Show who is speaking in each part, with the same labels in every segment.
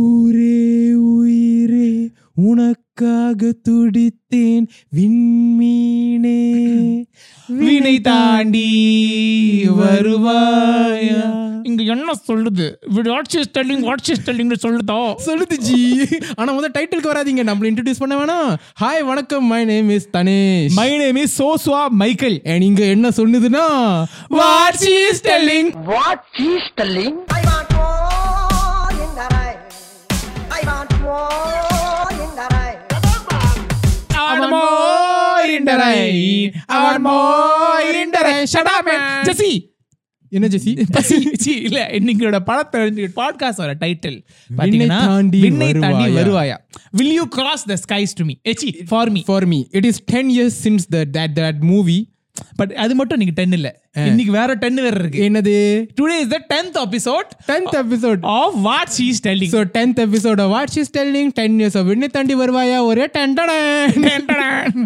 Speaker 1: ஊரே உயிரே உனக்காக துடித்தேன் விண்மீனே வினை தாண்டி வருவாயா
Speaker 2: இங்க என்ன சொல்லுது what she is telling what she is டெல்லிங்னு சொல்லுதோ
Speaker 1: சொல்லுது ஜி ஆனா முத டைட்டிலுக்கு வராதீங்க நம்மள இன்ட்ரடியூஸ் பண்ண வேணாம் ஹாய் வணக்கம் my name is Dhanesh
Speaker 3: my name is Joshua Michael
Speaker 1: and இங்க என்ன சொல்லுதுன்னா what she is telling
Speaker 4: What is the link?
Speaker 5: I want more in the rain. I want more in the rain.
Speaker 2: Jessie
Speaker 1: என்ன Jessie
Speaker 2: பசி C, இல்ல இன்னைக்கோட படத்தை பாட்காஸ்டோட title
Speaker 1: விண்ணை
Speaker 2: பாத்தீங்கன்னா
Speaker 1: தாண்டி
Speaker 2: விண்ணை தாண்டி
Speaker 1: வருவாயா.
Speaker 2: வருவாயா will you cross the skies to me எச்சி for me
Speaker 1: for me it is ten years since the that that movie
Speaker 2: but அது மட்டும் இன்னைக்கு டென் இல்ல இன்னைக்கு வேற டென் வேற இருக்கு
Speaker 1: என்னது
Speaker 2: today is the tenth episode
Speaker 1: tenth episode
Speaker 2: of what she is telling
Speaker 1: so tenth episode what is telling ten years விண்ணை தாண்டி வருவாயா ஒரே டென்டன்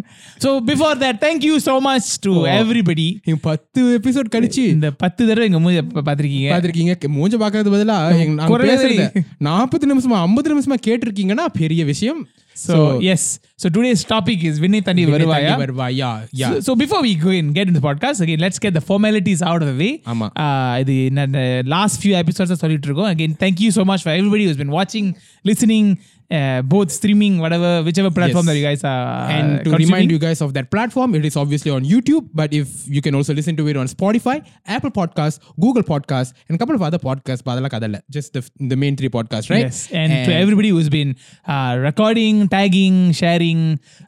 Speaker 2: so before that thank you so much to
Speaker 1: Oh.
Speaker 2: Everybody
Speaker 1: பத்து எபிசோட் கழிச்சு
Speaker 2: இந்த பத்து தடவை எங்க மூஞ்ச பா- பார்த்திருக்கீங்க
Speaker 1: பார்த்துருக்கீங்க மூஞ்ச பார்க்கறது பதிலா எங்க- நாங்க
Speaker 2: குரலே
Speaker 1: பேசுறத நாற்பது நிமிஷமா ஐம்பது நிமிஷமா கேட்டிருக்கீங்கன்னா பெரிய விஷயம்
Speaker 2: so yes so today's topic is விண்ணை தண்ணி
Speaker 1: விண்ணை தாண்டி
Speaker 2: வருவாயா
Speaker 1: வருவாயா யா
Speaker 2: So- so before we go and get into the podcast, again, let's get the formalities out of the way.
Speaker 1: ஆமா.
Speaker 2: Uh, இது என்னென்ன last few episodes ஆ சொல்லிட்டு இருக்கோம். Again, thank you so much for everybody who's been watching, listening, uh, both streaming, whatever, whichever platform
Speaker 1: Yes.
Speaker 2: that you guys are
Speaker 1: And to
Speaker 2: consuming.
Speaker 1: remind you guys of that platform, it is obviously on YouTube, but if you can also listen to it on Spotify, Apple Podcasts, Google Podcasts, and a couple of other podcasts, Badala Kadala, just the, the main three podcasts, right?
Speaker 2: Yes, and, to everybody who's been uh, recording, tagging, sharing.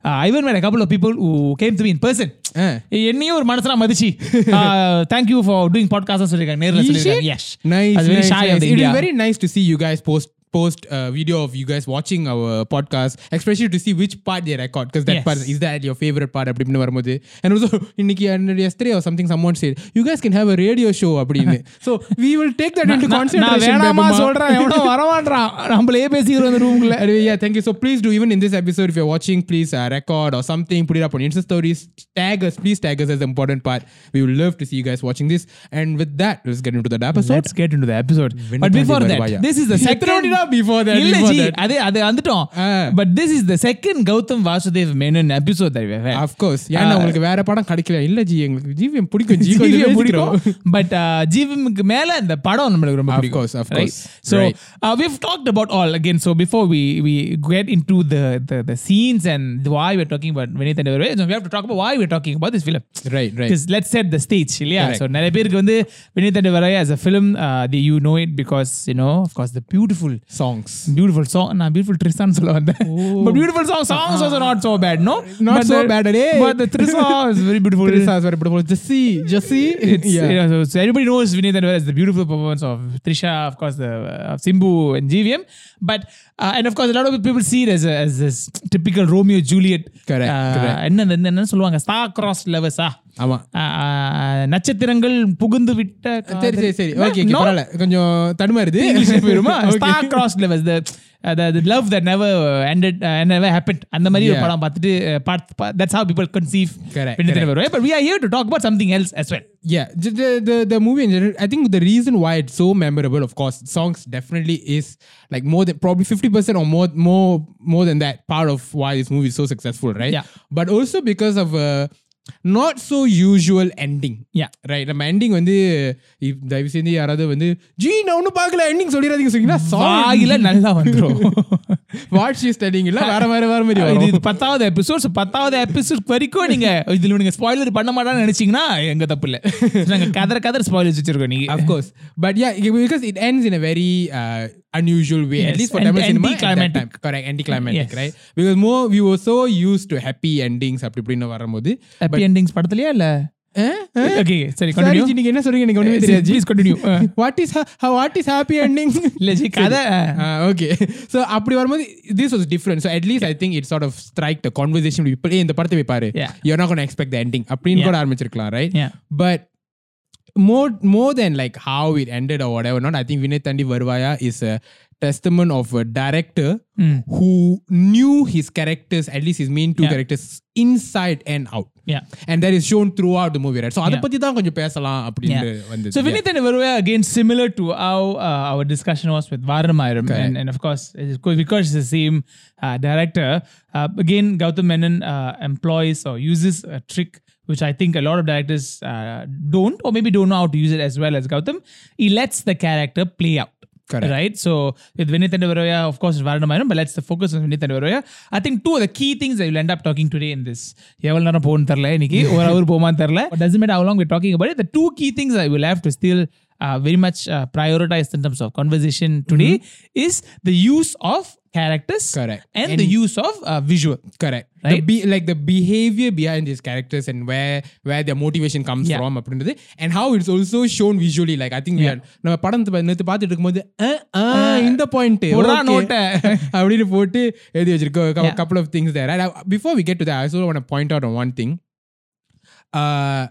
Speaker 2: Uh, I even met a couple of people who came to me in person.
Speaker 1: Eh.
Speaker 2: என்னையும் ஒரு மனசுல மதிச்சு uh, thank you for doing podcast சொல்லிருக்காங்க நேர்ல
Speaker 1: Is it?
Speaker 2: சொல்லிருக்காங்க yes
Speaker 1: Nice.
Speaker 2: அது very
Speaker 1: nice,
Speaker 2: shy of
Speaker 1: nice.
Speaker 2: the
Speaker 1: It is
Speaker 2: India.
Speaker 1: very nice to see you guys post post a video of you guys watching our podcast, especially to see which part they record, because that
Speaker 2: Yes.
Speaker 1: part is that your favorite part அப்படின்னு வரும்போது and also இன்னைக்கு and yesterday or something someone said you guys can have a radio show அப்படின்னு so we will take that into
Speaker 2: நான் நான்
Speaker 1: consideration
Speaker 2: வேணாமா
Speaker 1: Bebuma.
Speaker 2: சொல்றேன் எவனோ வரமாட்றான் நம்மளே பேசிக்கிறோம் அந்த ரூம்ல
Speaker 1: Anyway, yeah, thank you. So please do, even in this episode, if you're watching, please uh, record or something, put it up on Insta stories, tag us. Please tag us as the important part. We would love to see you guys watching this. And with that, let's get into the episode.
Speaker 2: Let's get into the episode.
Speaker 1: Vinna
Speaker 2: But before
Speaker 1: Thandi
Speaker 2: that,
Speaker 1: Varuvaya.
Speaker 2: this is the
Speaker 1: You
Speaker 2: second.
Speaker 1: thrown it up before that,
Speaker 2: இல்ல
Speaker 1: before
Speaker 2: G,
Speaker 1: that.
Speaker 2: அது அது வந்துட்டோம்.
Speaker 1: Ah.
Speaker 2: But this is the second Gautam Vasudev Menon episode that we have had.
Speaker 1: Of course. ஏன்னா
Speaker 2: Uh,
Speaker 1: உங்களுக்கு வேற படம் கிடைக்கல இல்ல ஜி எங்களுக்கு ஜிவிஎம் பிடிக்கும் ஜி
Speaker 2: ஜீவியை
Speaker 1: கொஞ்சம்
Speaker 2: பிடிக்கும்.
Speaker 1: பிடிக்கும்
Speaker 2: But, uh, ஜீவியமுக்கு மேல இந்த படம் நம்மளுக்கு ரொம்ப
Speaker 1: Of
Speaker 2: பிடிக்கும்.
Speaker 1: course, of
Speaker 2: Right?
Speaker 1: course.
Speaker 2: So,
Speaker 1: Right.
Speaker 2: uh, we've talked about all again. So before we we get into the the, the scenes and why we're talking about Vinay and we have to talk about why we're talking about this film.
Speaker 1: Right, right.
Speaker 2: Because let's set the stage இல்லையா
Speaker 1: Correct.
Speaker 2: So நிறைய பேருக்கு வந்து வினய் தண்டை வரைய as a film uh, they you know it because you know of course the beautiful
Speaker 1: songs
Speaker 2: beautiful song நான் beautiful ட்ரிசான் சொல்ல வந்தேன் but beautiful song songs also not so bad no
Speaker 1: Oh. Ah. Not
Speaker 2: But
Speaker 1: so
Speaker 2: the-
Speaker 1: bad, eh? அடே.
Speaker 2: but the Trisha is very beautiful
Speaker 1: Jessie Jessie
Speaker 2: It's, you know, so, so everybody knows Vinay Tandewara as the beautiful performance of Trisha, of course, the uh, of Simbu and GVM, but uh, and of course, a lot of people see it as a, as this typical Romeo Juliet.
Speaker 1: Correct,
Speaker 2: uh,
Speaker 1: correct.
Speaker 2: என்ன என்ன- என்ன சொல்லுவாங்க star crossed lovers ah.
Speaker 1: ஆமா
Speaker 2: ஆ, ஆ, ஆ, நட்சத்திரங்கள் புகுந்து விட்ட காதல்.
Speaker 1: சரி சரி சரி ஓகே
Speaker 2: No,
Speaker 1: பரவாயில்ல கொஞ்சம் தடுமாறுது
Speaker 2: Englishல போயிருமா
Speaker 1: Okay.
Speaker 2: Star cross levels the love that never ended uh, never happened அந்த மாதிரி ஒரு
Speaker 1: Yeah.
Speaker 2: படம் பார்த்துட்டு uh, பார்த்து that's how people conceive
Speaker 1: Correct,
Speaker 2: விண்ணத்தின்
Speaker 1: correct.
Speaker 2: வருவாய் but we are here to talk about something else as well
Speaker 1: yeah the, the the the movie in general i think the reason why it's so memorable of course songs definitely is like more than probably 50% or more more more than that part of why this movie is so successful right
Speaker 2: Yeah.
Speaker 1: but also because of a not so usual ending
Speaker 2: Yeah.
Speaker 1: right நம்ம ending வந்து if- தயவு செஞ்சு யாராவது வந்து G நான் ஒன்றும் பார்க்கல ending சொல்லிடாதீங்க சொன்னீங்கன்னா
Speaker 2: வாயில நல்லா வந்துரும்
Speaker 1: வாட்ச் இஸ் ஸ்டடிங் இல்ல வேற வேற வேற மாதிரி
Speaker 2: இது
Speaker 1: வரும்
Speaker 2: இது பத்தாவது எபிசோட் பத்தாவது எபிசோட் வரைக்கும் நீங்க இதுல நீங்க ஸ்பாயிலர் பண்ண மாட்டான்னு நினைச்சீங்கன்னா எங்க தப்பு இல்ல நாங்க கதற கதற ஸ்பாயிலர்ஸ் வச்சிருக்கோம் நீங்க
Speaker 1: Of course. But yeah, it- because it ends in a very uh, unusual way,
Speaker 2: Yes,
Speaker 1: at least for
Speaker 2: and
Speaker 1: Tamil cinema. at that
Speaker 2: anticlimactic.
Speaker 1: time. Correct, anticlimactic,
Speaker 2: Yes.
Speaker 1: right? Because more we were so used to happy endings அப்படி இப்படின்னு வரும்போது eh,
Speaker 2: happy endings படத்துலயா இல்ல okay சரி
Speaker 1: Sorry, G,
Speaker 2: continue
Speaker 1: நீங்க என்ன சொல்றீங்க எனக்கு ஒண்ணுமே தெரியாது
Speaker 2: please continue
Speaker 1: what is what is happy ending
Speaker 2: இல்ல ஜி கதை
Speaker 1: ஓகே ஸோ Ah, அப்படி வரும்போது this was different so at least I think it sort of strike the conversation இப்போ இந்த படத்தை போய் பாரு
Speaker 2: Yeah.
Speaker 1: யூஆர் நாட் கொண்டு எக்ஸ்பெக்ட் த எண்டிங் அப்படின்னு கூட
Speaker 2: Yeah.
Speaker 1: ஆரம்பிச்சிருக்கலாம் right
Speaker 2: Yeah.
Speaker 1: But more more than like how it ended or whatever not i think vinay tandi varvaya is a testament of a director who knew his characters at least his main two
Speaker 2: Hmm. Yeah.
Speaker 1: characters inside and out
Speaker 2: Yeah.
Speaker 1: and that is shown throughout the movie right so அதை
Speaker 2: Yeah.
Speaker 1: பத்தி தான் கொஞ்சம் பேசலாம் அப்படின்னு வந்து
Speaker 2: So Vinay Thanavaruva again similar to how uh, our discussion was with Varanamayiram
Speaker 1: Correct.
Speaker 2: and, and of course it is co- because it's the same uh, director uh, again Gautam Menon uh, employs or uses a trick which I think a lot of directors uh, don't or maybe don't know how to use it as well as Gautam he lets the character play out
Speaker 1: Correct.
Speaker 2: Right. So with Vinay Tendavaroya, of course, it's Varanamayaram, but let's the focus on Vinay Tendavaroya. I think two of the key things that we'll end up talking today in this. எவ்வளவு நேரம் போகணும்னு தெரியல இன்னைக்கு ஒரு hour போகுமான்னு தெரியல But doesn't matter how long we're talking about it. The two key things I will have to still uh, very much uh, prioritize in terms of conversation today is the use of characters
Speaker 1: Correct.
Speaker 2: Mm-hmm. and,
Speaker 1: And-
Speaker 2: the use of uh, visual.
Speaker 1: correct the
Speaker 2: Right?
Speaker 1: be, like the behavior behind these characters and where where their motivation comes
Speaker 2: Yeah.
Speaker 1: from அப்படின்றது and how it's also shown visually like i think we are நம்ம படத்தை பா- நேத்து பார்த்துட்டு இருக்கும்போது அஹ், அஹ், இந்த point
Speaker 2: போடுறா நோட்டை.
Speaker 1: அப்படின்னு போட்டு எழுதி வச்சிருக்கோம்
Speaker 2: Yeah.
Speaker 1: couple of things there right I- before we get to that i also want to point out on one thing uh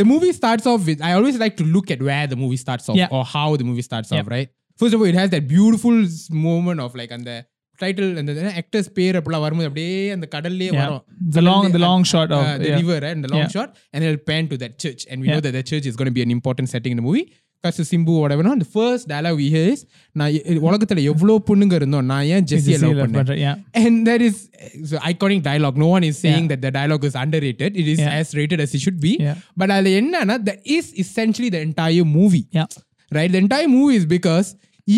Speaker 1: the movie starts off with I always like to look at where the movie starts off
Speaker 2: Yeah.
Speaker 1: or how the movie starts off,
Speaker 2: Yeah.
Speaker 1: right? First of all, it has that beautiful s- moment of like and the title and the actor's pair அப்படிலாம் வரும்போது அப்படியே அந்த கடல்லே
Speaker 2: Yeah.
Speaker 1: வரும்
Speaker 2: The long- the
Speaker 1: கடல்லே-
Speaker 2: long shot of-
Speaker 1: uh, the
Speaker 2: yeah.
Speaker 1: river right? and the long
Speaker 2: Yeah.
Speaker 1: shot and it'll pan to that church and we
Speaker 2: Yeah.
Speaker 1: know that the church is going to be an important setting in the movie because Simbu or whatever no? and the first dialogue we hear is நான் எ- உலகத்துல எவ்வளோ பொண்ணுங்க இருந்தோம் நான் ஏன் ஜெஸ்ஸியை
Speaker 2: Jesse
Speaker 1: love
Speaker 2: love
Speaker 1: பண்ணேன்
Speaker 2: பண்ற- yeah.
Speaker 1: and that is so iconic dialogue. No one is saying that the dialogue is underrated. It is
Speaker 2: Yeah.
Speaker 1: as rated as it should be.
Speaker 2: Yeah.
Speaker 1: But அதுல என்னன்னா that is essentially the entire movie.
Speaker 2: Yeah.
Speaker 1: Right? The entire movie is because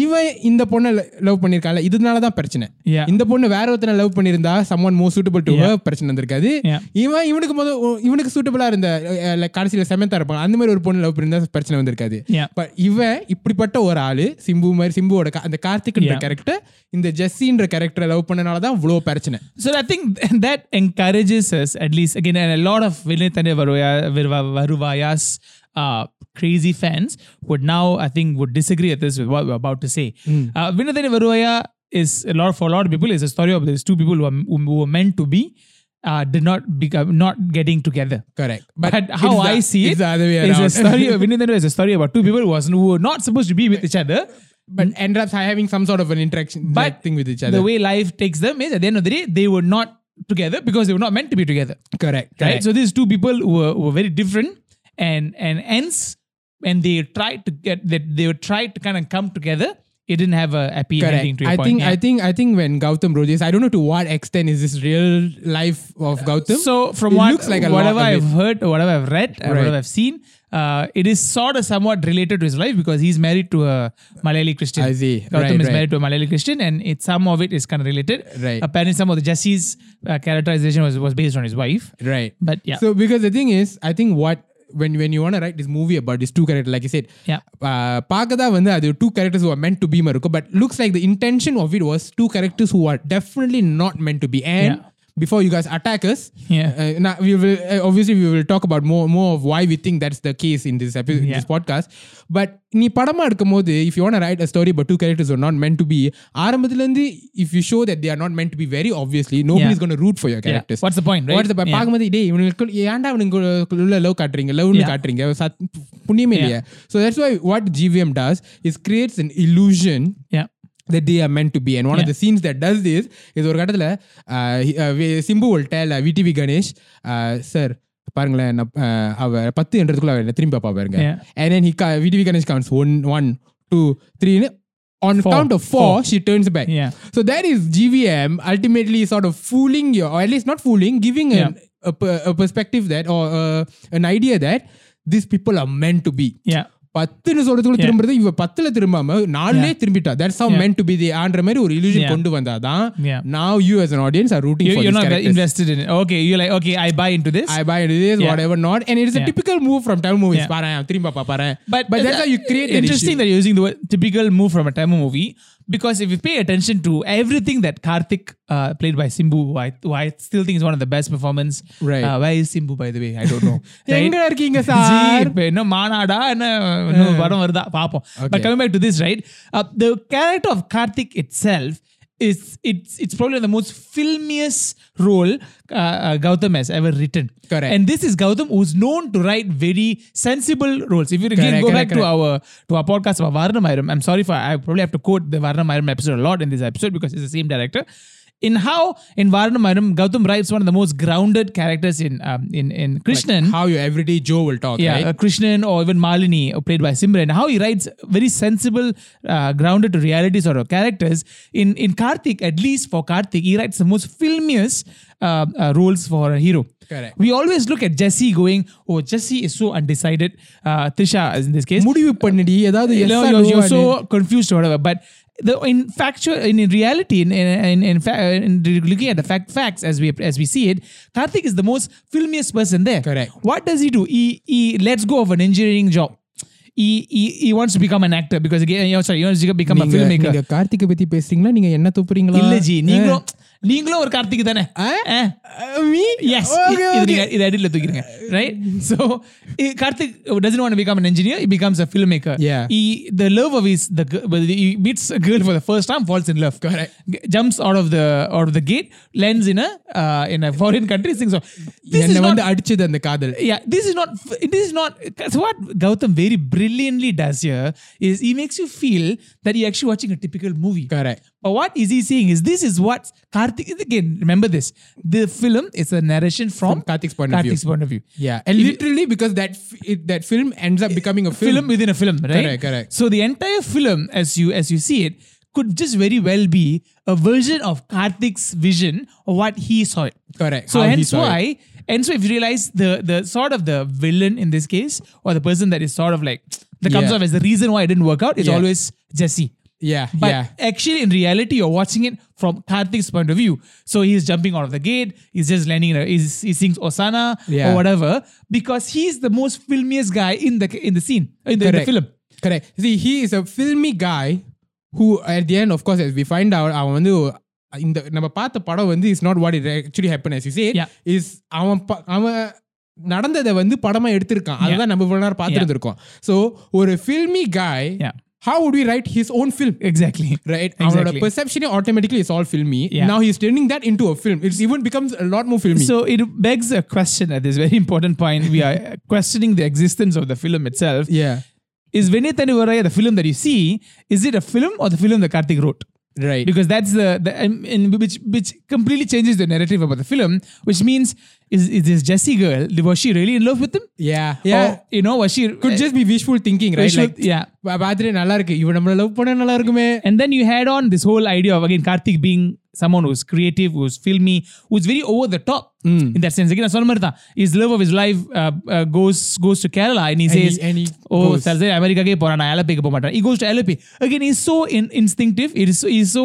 Speaker 1: இவன் இந்த பொண்ணை love பண்ணிருக்கான்ல இதனால தான் பிரச்சனை
Speaker 2: Yeah.
Speaker 1: இந்த பொண்ணு வேற ஒருத்தனை லவ் பண்ணிருந்தா someone more suitable to
Speaker 2: Yeah.
Speaker 1: பிரச்சனை இருந்திருக்காது
Speaker 2: Yeah.
Speaker 1: இவன் இவனுக்கு முத இவனுக்கு சூட்டபிளா இருந்த அஹ், like கடைசியில செமந்தா இருப்பாங்க அந்த மாதிரி ஒரு பொண்ணு லவ் பண்ணிருந்தா பிரச்சனை வந்திருக்காது
Speaker 2: Yeah.
Speaker 1: But இவன் இப்படிப்பட்ட ஒரு ஆளு சிம்பு மாதிரி சிம்புவோட க- அந்த கார்த்திக்ன்ற
Speaker 2: Yeah.
Speaker 1: கேரக்டர் இந்த ஜெஸ்ஸின்ற கேரக்டரை லவ் பண்ணனால தான் இவ்வளோ பிரச்சனை
Speaker 2: So I think that encourages us, at least again, and a lot of Vinay Varuvaya's Varuvaya's uh, crazy fans would now, I think, would disagree at this with what we're about to say.
Speaker 1: Hmm.
Speaker 2: Uh, Vinay Varuvaya is a lot for a lot of people is a story of these two people who, are, who were meant to be. Uh, did not become not getting together.
Speaker 1: Correct.
Speaker 2: But,
Speaker 1: But
Speaker 2: how
Speaker 1: it's the-
Speaker 2: I see
Speaker 1: it's
Speaker 2: it,
Speaker 1: the other way
Speaker 2: is a
Speaker 1: around.
Speaker 2: story. Vinay Tandewara is a story about two people who was who were not supposed to be with each other,
Speaker 1: But end up having some sort of an interaction
Speaker 2: Mm. but
Speaker 1: like, thing with each other.
Speaker 2: The way life takes them is at the end of the day, they were not together because they were not meant to be together.
Speaker 1: correct.
Speaker 2: Right? So these two people were, were very different and and hence when they tried to get that they were tried to kind of come together, it didn't have a happy ending
Speaker 1: Correct.
Speaker 2: to your
Speaker 1: I
Speaker 2: point.
Speaker 1: think
Speaker 2: yeah.
Speaker 1: I think I think when Gautam wrote this, I don't know to what extent is this real life of Gautam.
Speaker 2: so from
Speaker 1: it
Speaker 2: what,
Speaker 1: looks like a
Speaker 2: whatever
Speaker 1: lot of
Speaker 2: I've
Speaker 1: it.
Speaker 2: heard or whatever I've read or
Speaker 1: Right.
Speaker 2: whatever I've seen, uh, it is sort of somewhat related to his life because he's married to a Malayali Christian.
Speaker 1: I see.
Speaker 2: Gautam
Speaker 1: Right,
Speaker 2: is
Speaker 1: right.
Speaker 2: married to a Malayali Christian and it, some of it is kind of related.
Speaker 1: Right.
Speaker 2: Apparently some of the Jesse's uh, characterization was, was based on his wife.
Speaker 1: Right.
Speaker 2: But yeah.
Speaker 1: So because the thing is, I think what when when you want to write this movie about these two characters, like you said,
Speaker 2: Yeah.
Speaker 1: uh, Pakada Vanda, the two characters who are meant to be Maruko, but looks like the intention of it was two characters who are definitely not meant to be. And
Speaker 2: Yeah.
Speaker 1: before you guys attack us,
Speaker 2: Yeah.
Speaker 1: uh, now we will uh, obviously we will talk about more more of why we think that's the case in this episode, in
Speaker 2: Yeah.
Speaker 1: this podcast. But நீ படமா இருக்கும்போது if you want to write a story about two characters who are not meant to be, ஆரம்பத்துல இருந்து if you show that they are not meant to be very obviously, nobody's going to root for your
Speaker 2: Yeah.
Speaker 1: characters.
Speaker 2: What's the point, right?
Speaker 1: What's the point?
Speaker 2: Yeah.
Speaker 1: பார்க்கும்போது டேய் இவனுக்கு ஏன்டா இவனுக்குள்ள love காட்டுறீங்க லவ்னு
Speaker 2: Yeah.
Speaker 1: காட்டுறீங்க சத்- புண்ணியமே இல்லையா so that's why what GVM does is creates an illusion
Speaker 2: Yeah.
Speaker 1: that they are meant to be. And one of
Speaker 2: Yeah.
Speaker 1: the scenes that does this is ஒரு uh, கட்டத்தில் Simbu will tell uh, VTV Ganesh sir uh, பாருங்களேன் நான், uh, அவ பத்து என்றதுக்குள்ள அவ என்னை திரும்பி பாப்பா பாருங்க
Speaker 2: Yeah.
Speaker 1: and then he ca- VTV Ganesh counts one one two three ன்னு on
Speaker 2: Four.
Speaker 1: count of four,
Speaker 2: Four.
Speaker 1: she turns back
Speaker 2: Yeah.
Speaker 1: so that is GVM ultimately sort of fooling you or at least not fooling giving an, a, per- a perspective that or uh, an idea that these people are meant to be
Speaker 2: Yeah.
Speaker 1: பத்துன்னு சொல்றதுக்குள்ள
Speaker 2: Yeah.
Speaker 1: திரும்புறது இவ பத்துல திரும்பாம நாலுலே
Speaker 2: Yeah.
Speaker 1: திரும்பிட்டா that's how
Speaker 2: Yeah.
Speaker 1: meant to be the ஆன்ற மாதிரி ஒரு illusion
Speaker 2: Yeah.
Speaker 1: கொண்டு வந்தாதான்
Speaker 2: Yeah.
Speaker 1: now you as an audience are rooting
Speaker 2: You,
Speaker 1: for
Speaker 2: you're
Speaker 1: these
Speaker 2: not
Speaker 1: characters.
Speaker 2: invested in it. Okay. You're like, okay, I buy into this.
Speaker 1: I buy it, it is
Speaker 2: Yeah.
Speaker 1: whatever not and it is a
Speaker 2: Yeah.
Speaker 1: typical move from Tamil movies
Speaker 2: Yeah.
Speaker 1: பாரேன் திரும்ப பாப்பாரேன்
Speaker 2: But,
Speaker 1: but that's how you create that
Speaker 2: Interesting
Speaker 1: issue.
Speaker 2: that you're using the word typical move from a Tamil movie because if you pay attention to everything that Karthik uh, played by Simbu, who I, who I still think is one of the best performance.
Speaker 1: Right.
Speaker 2: Uh, where is Simbu, by the way? I don't know.
Speaker 1: எங்க
Speaker 2: right?
Speaker 1: இருக்கீங்க
Speaker 2: G,
Speaker 1: sir
Speaker 2: இப்ப என்ன மாநாடா என்ன இன்னும் படம் வருதா பாப்போம்
Speaker 1: Okay.
Speaker 2: Uh, but coming back to this right the character of Karthik itself it's it's it's probably the most filmiest role uh, uh, Gautam has ever written.
Speaker 1: Correct.
Speaker 2: And this is Gautam who's known to write very sensible roles. If you again
Speaker 1: Correct,
Speaker 2: go
Speaker 1: correct,
Speaker 2: back to our to our podcast about Varnam Iram, I'm sorry for I probably have to quote the Varnam Iram episode a lot in this episode because it's the same director. In how in Varnam Iram, Gautam writes one of the most grounded characters in um, in in Krishnan.
Speaker 1: How your everyday Joe will talk,
Speaker 2: Yeah,
Speaker 1: right?
Speaker 2: uh, Krishnan or even Malini, uh, played by Simran, how he writes very sensible, uh, grounded to reality sort of characters. In in Karthik, at least for Karthik, he writes the most filmiest uh, uh, roles for a hero.
Speaker 1: Correct.
Speaker 2: We always look at Jesse going, oh, Jesse is so undecided. Uh, Tisha, is in this case,
Speaker 1: முடிவு பண்ணுடி ஏதாவது
Speaker 2: you
Speaker 1: yes
Speaker 2: know,
Speaker 1: or
Speaker 2: you're,
Speaker 1: no
Speaker 2: you're
Speaker 1: ன்னு.
Speaker 2: so confused or whatever. But the in factual, in, in reality, in in in, in, fa- in looking at the fact facts as we as we see it, Karthik is the most filmiest person there.
Speaker 1: Correct.
Speaker 2: What does he do? He he lets go of an engineering job. He, he, he wants to become an actor because again, you know, sorry, he wants to become
Speaker 1: நீங்க-
Speaker 2: a filmmaker.
Speaker 1: நீங்க கார்த்திகை பத்தி பேசுறீங்களா நீங்க என்ன துப்புறீங்களா
Speaker 2: இல்ல G
Speaker 1: uh.
Speaker 2: நீங்களும் நீங்களும் ஒரு கார்த்திக் தானே Eh? Yes.
Speaker 1: Okay,
Speaker 2: இது
Speaker 1: okay.
Speaker 2: நீங்க- இது edit ல தூக்கிடுங்க. Right? So, eh, Karthik doesn't want to become an engineer. He becomes a filmmaker.
Speaker 1: Yeah.
Speaker 2: He, the love of his, the, gi- well, he meets a girl for the first time, falls in love.
Speaker 1: Correct.
Speaker 2: G- Jumps out of the, out of the gate, lands in a, uh, in a foreign country, sings. song. This is
Speaker 1: என்ன
Speaker 2: not,
Speaker 1: வந்து அடிச்சது அந்த காதல்
Speaker 2: yeah, this is not, f- this is not, that's what Gautam very brilliantly does here is he makes you feel that you're actually watching a typical movie.
Speaker 1: Correct
Speaker 2: But what is he saying is this is what Karthik again. Remember this: the film is a narration from,
Speaker 1: From Karthik's point of view.
Speaker 2: Karthik's point of view.
Speaker 1: Yeah, and
Speaker 2: If-
Speaker 1: literally because that f- it, that film ends up becoming a film.
Speaker 2: film, within a film, right?
Speaker 1: Correct, correct.
Speaker 2: So the entire film, as you as you see it, could just very well be a version of Karthik's vision or what he saw it.
Speaker 1: Correct, Oh,
Speaker 2: So
Speaker 1: how he
Speaker 2: hence
Speaker 1: saw it.
Speaker 2: why, and so if you realize the the sort of the villain in this case, or the person that is sort of like that comes
Speaker 1: Yeah.
Speaker 2: off as the reason why it didn't work out, is
Speaker 1: Yeah.
Speaker 2: always Jesse.
Speaker 1: Yeah,
Speaker 2: But
Speaker 1: yeah,
Speaker 2: actually, in reality, you're watching it from Karthik's point of view. So he's jumping out of the gate. He's just landing. In a, he's, he sings Osana
Speaker 1: Yeah.
Speaker 2: or whatever because he's the most filmiest guy in the in the scene in the, in the
Speaker 1: correct.
Speaker 2: film.
Speaker 1: Correct. See, he is a filmy guy who, at the end, of course, as we find out, அவன் வந்து இந்த நம்ம பார்த்த படம் வந்து is not what it actually happen as you say
Speaker 2: Yeah.
Speaker 1: Is அவன் ப- அவன் நடந்ததை வந்து படமா எடுத்திருக்கான் அதுதான் நம்ம இவ்வளவு நேரம் பார்த்துட்டு
Speaker 2: Yeah.
Speaker 1: இருந்திருக்கோம் ஸோ ஒரு filmy guy
Speaker 2: Yeah.
Speaker 1: How would we write his own film
Speaker 2: Exactly.
Speaker 1: Right,
Speaker 2: Exactly.
Speaker 1: அவனோட perception automatically is all filmy.
Speaker 2: Yeah.
Speaker 1: Now he's turning that into a film. It's even becomes a lot more filmy.
Speaker 2: So it begs a question at this very important point. We are questioning the existence of the film itself.
Speaker 1: yeah,
Speaker 2: Is Vinayatani Varaya the film that you see? Is it a film or the film that Karthik wrote?
Speaker 1: right.
Speaker 2: because that's the, the um, in which which completely changes the narrative about the film which means is, is this jessie girl was she really in love with him
Speaker 1: yeah, yeah.
Speaker 2: or, you know was she
Speaker 1: Oh. could just be wishful thinking, right?
Speaker 2: Vishal-
Speaker 1: like,
Speaker 2: yeah.
Speaker 1: பா- பார்த்துட்டு நல்லா இருக்கு இவன் நம்மள love பண்ண நல்லா இருக்குமே
Speaker 2: and then you had on this whole idea of again karthik being someone who's creative who's filmy who's very over the top
Speaker 1: Hmm.
Speaker 2: in that sense again I சொன்ன மாதிரி தான், his love of his life uh, uh, goes goes to kerala and he
Speaker 1: And he-
Speaker 2: says
Speaker 1: and he
Speaker 2: oh
Speaker 1: goes."
Speaker 2: சரி அமெரிக்காக்கே போறான் நான் அலப்பேக்கு போக மாட்டேன் he goes to Alleppey again he's so in, instinctive it is so, he's so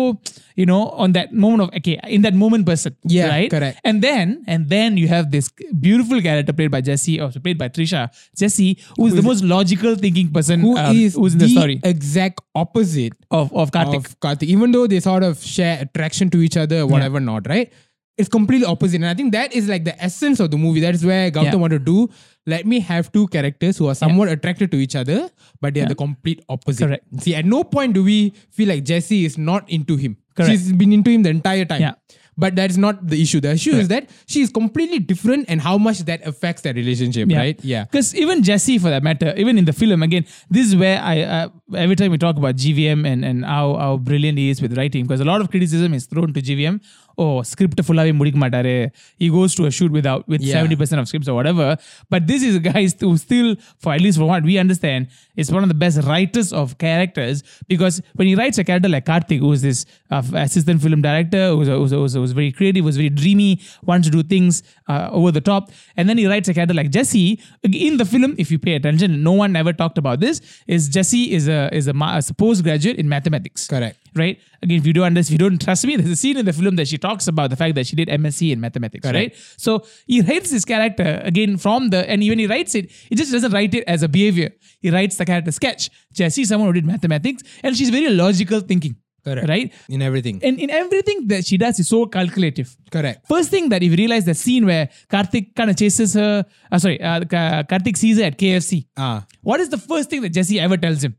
Speaker 2: you know on that moment of okay in that moment person
Speaker 1: Yeah,
Speaker 2: right
Speaker 1: correct.
Speaker 2: and then and then you have this beautiful character played by Jesse or played by Trisha Jesse who is the most logical thinking person
Speaker 1: Who
Speaker 2: um,
Speaker 1: is
Speaker 2: who's in the, story
Speaker 1: exact opposite
Speaker 2: of, of Karthik
Speaker 1: of Karthik? Even though they sort of share attraction to each other, whatever not, right? It's completely opposite, and I think that is like the essence of the movie. That is where Gautam
Speaker 2: Yeah.
Speaker 1: wanted to do. Let me have two characters who are somewhat attracted to each other, but they are the complete opposite.
Speaker 2: Correct.
Speaker 1: See, at no point do we feel like Jesse is not into him.
Speaker 2: Correct.
Speaker 1: She's been into him the entire time.
Speaker 2: Yeah.
Speaker 1: But that's not the issue. The issue is that she is completely different, and how much that affects that relationship, right? Yeah.
Speaker 2: Because even Jesse, for that matter, even in the film, again, this is where I, uh, every time we talk about GVM and, and how, how brilliant he is with writing, because a lot of criticism is thrown to GVM. Oh, script fullavi mudik matare. He goes to a shoot without with
Speaker 1: Yeah.
Speaker 2: 70% of scripts or whatever. But this is a guy who still, for at least from what we understand, is one of the best writers of characters because when he writes a character like Karthik, who is this uh, assistant film director, who's, who's, who's, who's very creative, who's very dreamy, wants to do things uh, over the top, and then he writes a character like Jesse. In the film, if you pay attention, no one ever talked about this. Is Jesse is a is a, ma- is a postgraduate in mathematics?
Speaker 1: Correct.
Speaker 2: Right. Again, if you don't understand, if you don't trust me, there's a scene in the film that she talks about the fact that she did MSc in mathematics.
Speaker 1: Correct.
Speaker 2: Right. So he writes his character again from the and when he writes it, he just doesn't write it as a behavior. He writes the character sketch. Jessie, is someone who did mathematics, and she's very logical thinking.
Speaker 1: Correct.
Speaker 2: Right. Eh.
Speaker 1: In everything.
Speaker 2: And in everything that she does is so calculative.
Speaker 1: Correct.
Speaker 2: First thing that you realize the scene where Karthik kind of chases her. Uh, sorry, uh, Ka- Karthik sees her at KFC.
Speaker 1: Ah.
Speaker 2: What is the first thing that Jesse ever tells him?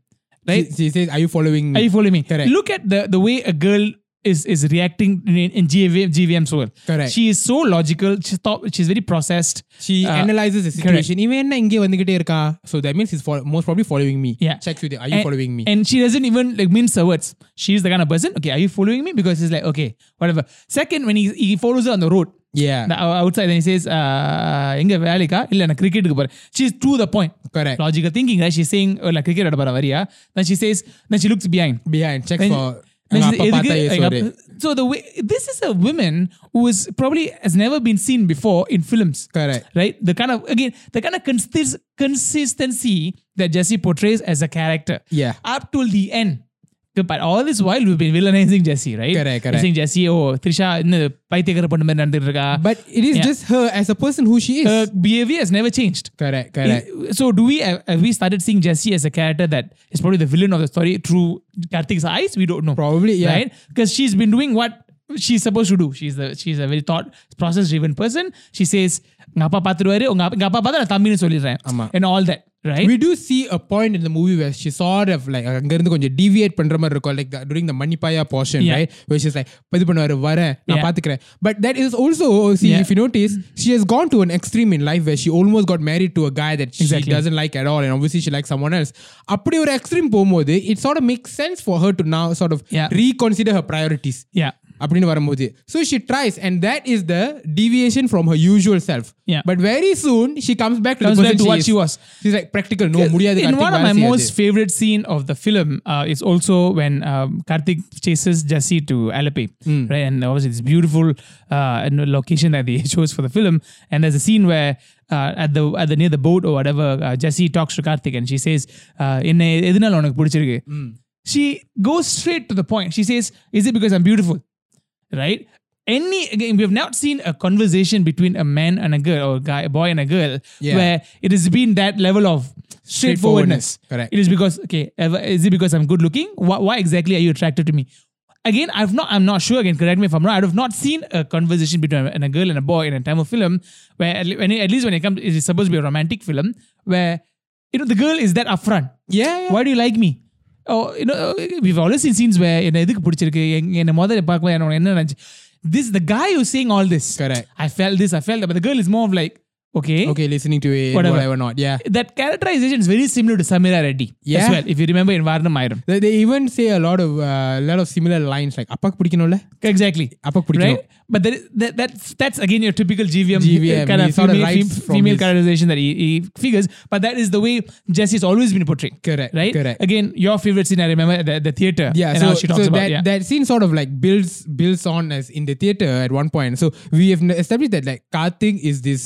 Speaker 2: Right.
Speaker 1: She, she says, "Are you following me?"
Speaker 2: Are you following me?
Speaker 1: Correct.
Speaker 2: Look at the the way a girl is is reacting in, in GV, GVM's world.
Speaker 1: Correct.
Speaker 2: She is so logical. She's thought, she's very processed.
Speaker 1: She
Speaker 2: Uh,
Speaker 1: analyzes the
Speaker 2: correct.
Speaker 1: situation. இவன் என்ன இங்கே வந்துகிட்டே இருக்கா? So that means he's fol- most probably following me.
Speaker 2: Yeah.
Speaker 1: Checks with you. Are you
Speaker 2: and,
Speaker 1: following me?
Speaker 2: And she doesn't even like mince her words. She's the kind of person. Okay, are you following me? Because he's like, okay, whatever. Second, when he he follows her on the road.
Speaker 1: Yeah.
Speaker 2: the- ou- outside and he says uh, எங்க வேலைக்கா இல்ல நான் கிரிக்கெட்டுக்கு போறேன் she's to the point
Speaker 1: Correct.
Speaker 2: logical thinking right she's saying "Oh, நான் cricket ஆட போறேன் வரியா then she says then she looks behind
Speaker 1: Behind. Checks
Speaker 2: then,
Speaker 1: for.
Speaker 2: then
Speaker 1: எங்க
Speaker 2: she's
Speaker 1: அப்பா பார்த்தா ஏன்
Speaker 2: எதுக்கு- எங்க
Speaker 1: சோறு?
Speaker 2: அப்பா- so the way this is a woman who is probably has never been seen before in films
Speaker 1: Correct.
Speaker 2: right the kind of again the kind of consist- consistency that Jesse portrays as a character
Speaker 1: Yeah.
Speaker 2: up till the end but all this while we've been villainizing Jesse right
Speaker 1: Correct, correct.
Speaker 2: saying Jesse oh Trisha இன்னும் பைத்தியக்கார பொண்ணு மாதிரி நடந்துட்டு இருக்கா
Speaker 1: But it is
Speaker 2: Yeah.
Speaker 1: just her as a person who she is.
Speaker 2: her behavior has never changed.
Speaker 1: correct. Correct.
Speaker 2: Is- So do we have have we started seeing Jesse as a character that is probably the villain of the story through Karthik's eyes? We don't know.
Speaker 1: Probably, yeah.
Speaker 2: Right? Because she's been doing what she's supposed to do. She's a she's a very thought process driven person. She says, "உங்க அப்பா பார்த்துருவாரு உங்க அப்பா- எங்க அப்பா பார்த்தா நான் தம்பின்னு சொல்லிடுறேன்
Speaker 1: ஆமா.
Speaker 2: and all that, right?
Speaker 1: we do see a point in the movie where she sort of like அங்க இருந்து கொஞ்சம் deviate பண்ற மாதிரி இருக்கும் like the- during the மன்னிப்பாயா portion
Speaker 2: Yeah.
Speaker 1: right where she's like பதிவு பண்ணுவாரு வரேன் நான்
Speaker 2: Yeah.
Speaker 1: பாத்துக்கிறேன் but that is also see
Speaker 2: Yeah.
Speaker 1: if you notice she has gone to an extreme in life where she almost got married to a guy that she
Speaker 2: Exactly.
Speaker 1: doesn't like at all and obviously she likes someone else அப்படி ஒரு extreme போகும்போது it sort of makes sense for her to now sort of
Speaker 2: Yeah.
Speaker 1: reconsider her priorities
Speaker 2: Yeah.
Speaker 1: அப்படின்னு வரும்போது so she tries and that is the deviation from her usual self
Speaker 2: Yeah.
Speaker 1: but very soon she comes back to
Speaker 2: Comes
Speaker 1: the
Speaker 2: back
Speaker 1: person
Speaker 2: to what she was.
Speaker 1: She's like practical. No, முடியாது
Speaker 2: in
Speaker 1: Karthik,
Speaker 2: one of
Speaker 1: வேலை
Speaker 2: my
Speaker 1: செய்யாது.
Speaker 2: most favorite scene of the film uh, is also when um, Karthik chases Jesse to Alape, right? And obviously this beautiful uh, and location that they chose for the film. And there's a scene where uh, at the at the near the boat or whatever, uh, Jesse talks to Karthik and she says, uh, "என்ன எதுனால உனக்கு பிடிச்சிருக்கு?" She goes straight to the point. She says, "Is it because I'm beautiful?" right? Any again, we have not seen a conversation between a man and a girl, or a guy, a boy and a girl,
Speaker 1: Yeah.
Speaker 2: where it has been that level of straightforwardness.
Speaker 1: Straightforwardness, correct.
Speaker 2: It is because okay, ever, is it because I'm good looking? Why, why exactly are you attracted to me? Again, I've not. I'm not sure. Again, correct me if I'm wrong. I have not seen a conversation between a, and a girl and a boy in a Tamil film where, at le- when it- at least when it comes, it is supposed to be a romantic film where you know the girl is that upfront.
Speaker 1: Yeah, yeah.
Speaker 2: Why do you like me? Oh, you know, we've always seen scenes where என்ன எதுக்கு பிடிச்சிருக்கு எங்க- என்ன முதல்ல பார்க்கும்போது எனக்கு என்ன நினைச்சு This the guy who's saying all this.
Speaker 1: Correct.
Speaker 2: I felt this, I felt that, but the girl is more of like, okay.
Speaker 1: Okay, listening to it, whatever,
Speaker 2: Whatever.
Speaker 1: not. Yeah.
Speaker 2: That characterization is very similar to Samira Reddy as
Speaker 1: Yeah.
Speaker 2: well. If you remember in Varnam Iram.
Speaker 1: They, they even say a lot of uh, lot of similar lines like அப்பாக்கு பிடிக்கணும்ல
Speaker 2: Exactly.
Speaker 1: அப்பாக்கு பிடிக்கணும்
Speaker 2: Right? But that, that, that's, that's again your typical GVM,
Speaker 1: GVM,
Speaker 2: uh, kind
Speaker 1: he
Speaker 2: of
Speaker 1: sort of
Speaker 2: female, fem-
Speaker 1: writes from
Speaker 2: female
Speaker 1: his-
Speaker 2: characterization that he, he figures. But that is the way Jesse's always been portrayed.
Speaker 1: Correct,
Speaker 2: Right?
Speaker 1: correct.
Speaker 2: Again, your favorite scene I remember at the, the theater
Speaker 1: Yeah,
Speaker 2: and
Speaker 1: so,
Speaker 2: how she talks
Speaker 1: so
Speaker 2: about
Speaker 1: that,
Speaker 2: yeah.
Speaker 1: that scene sort of like builds builds on as in the theater at one point. So we have n- established that like Karthik is this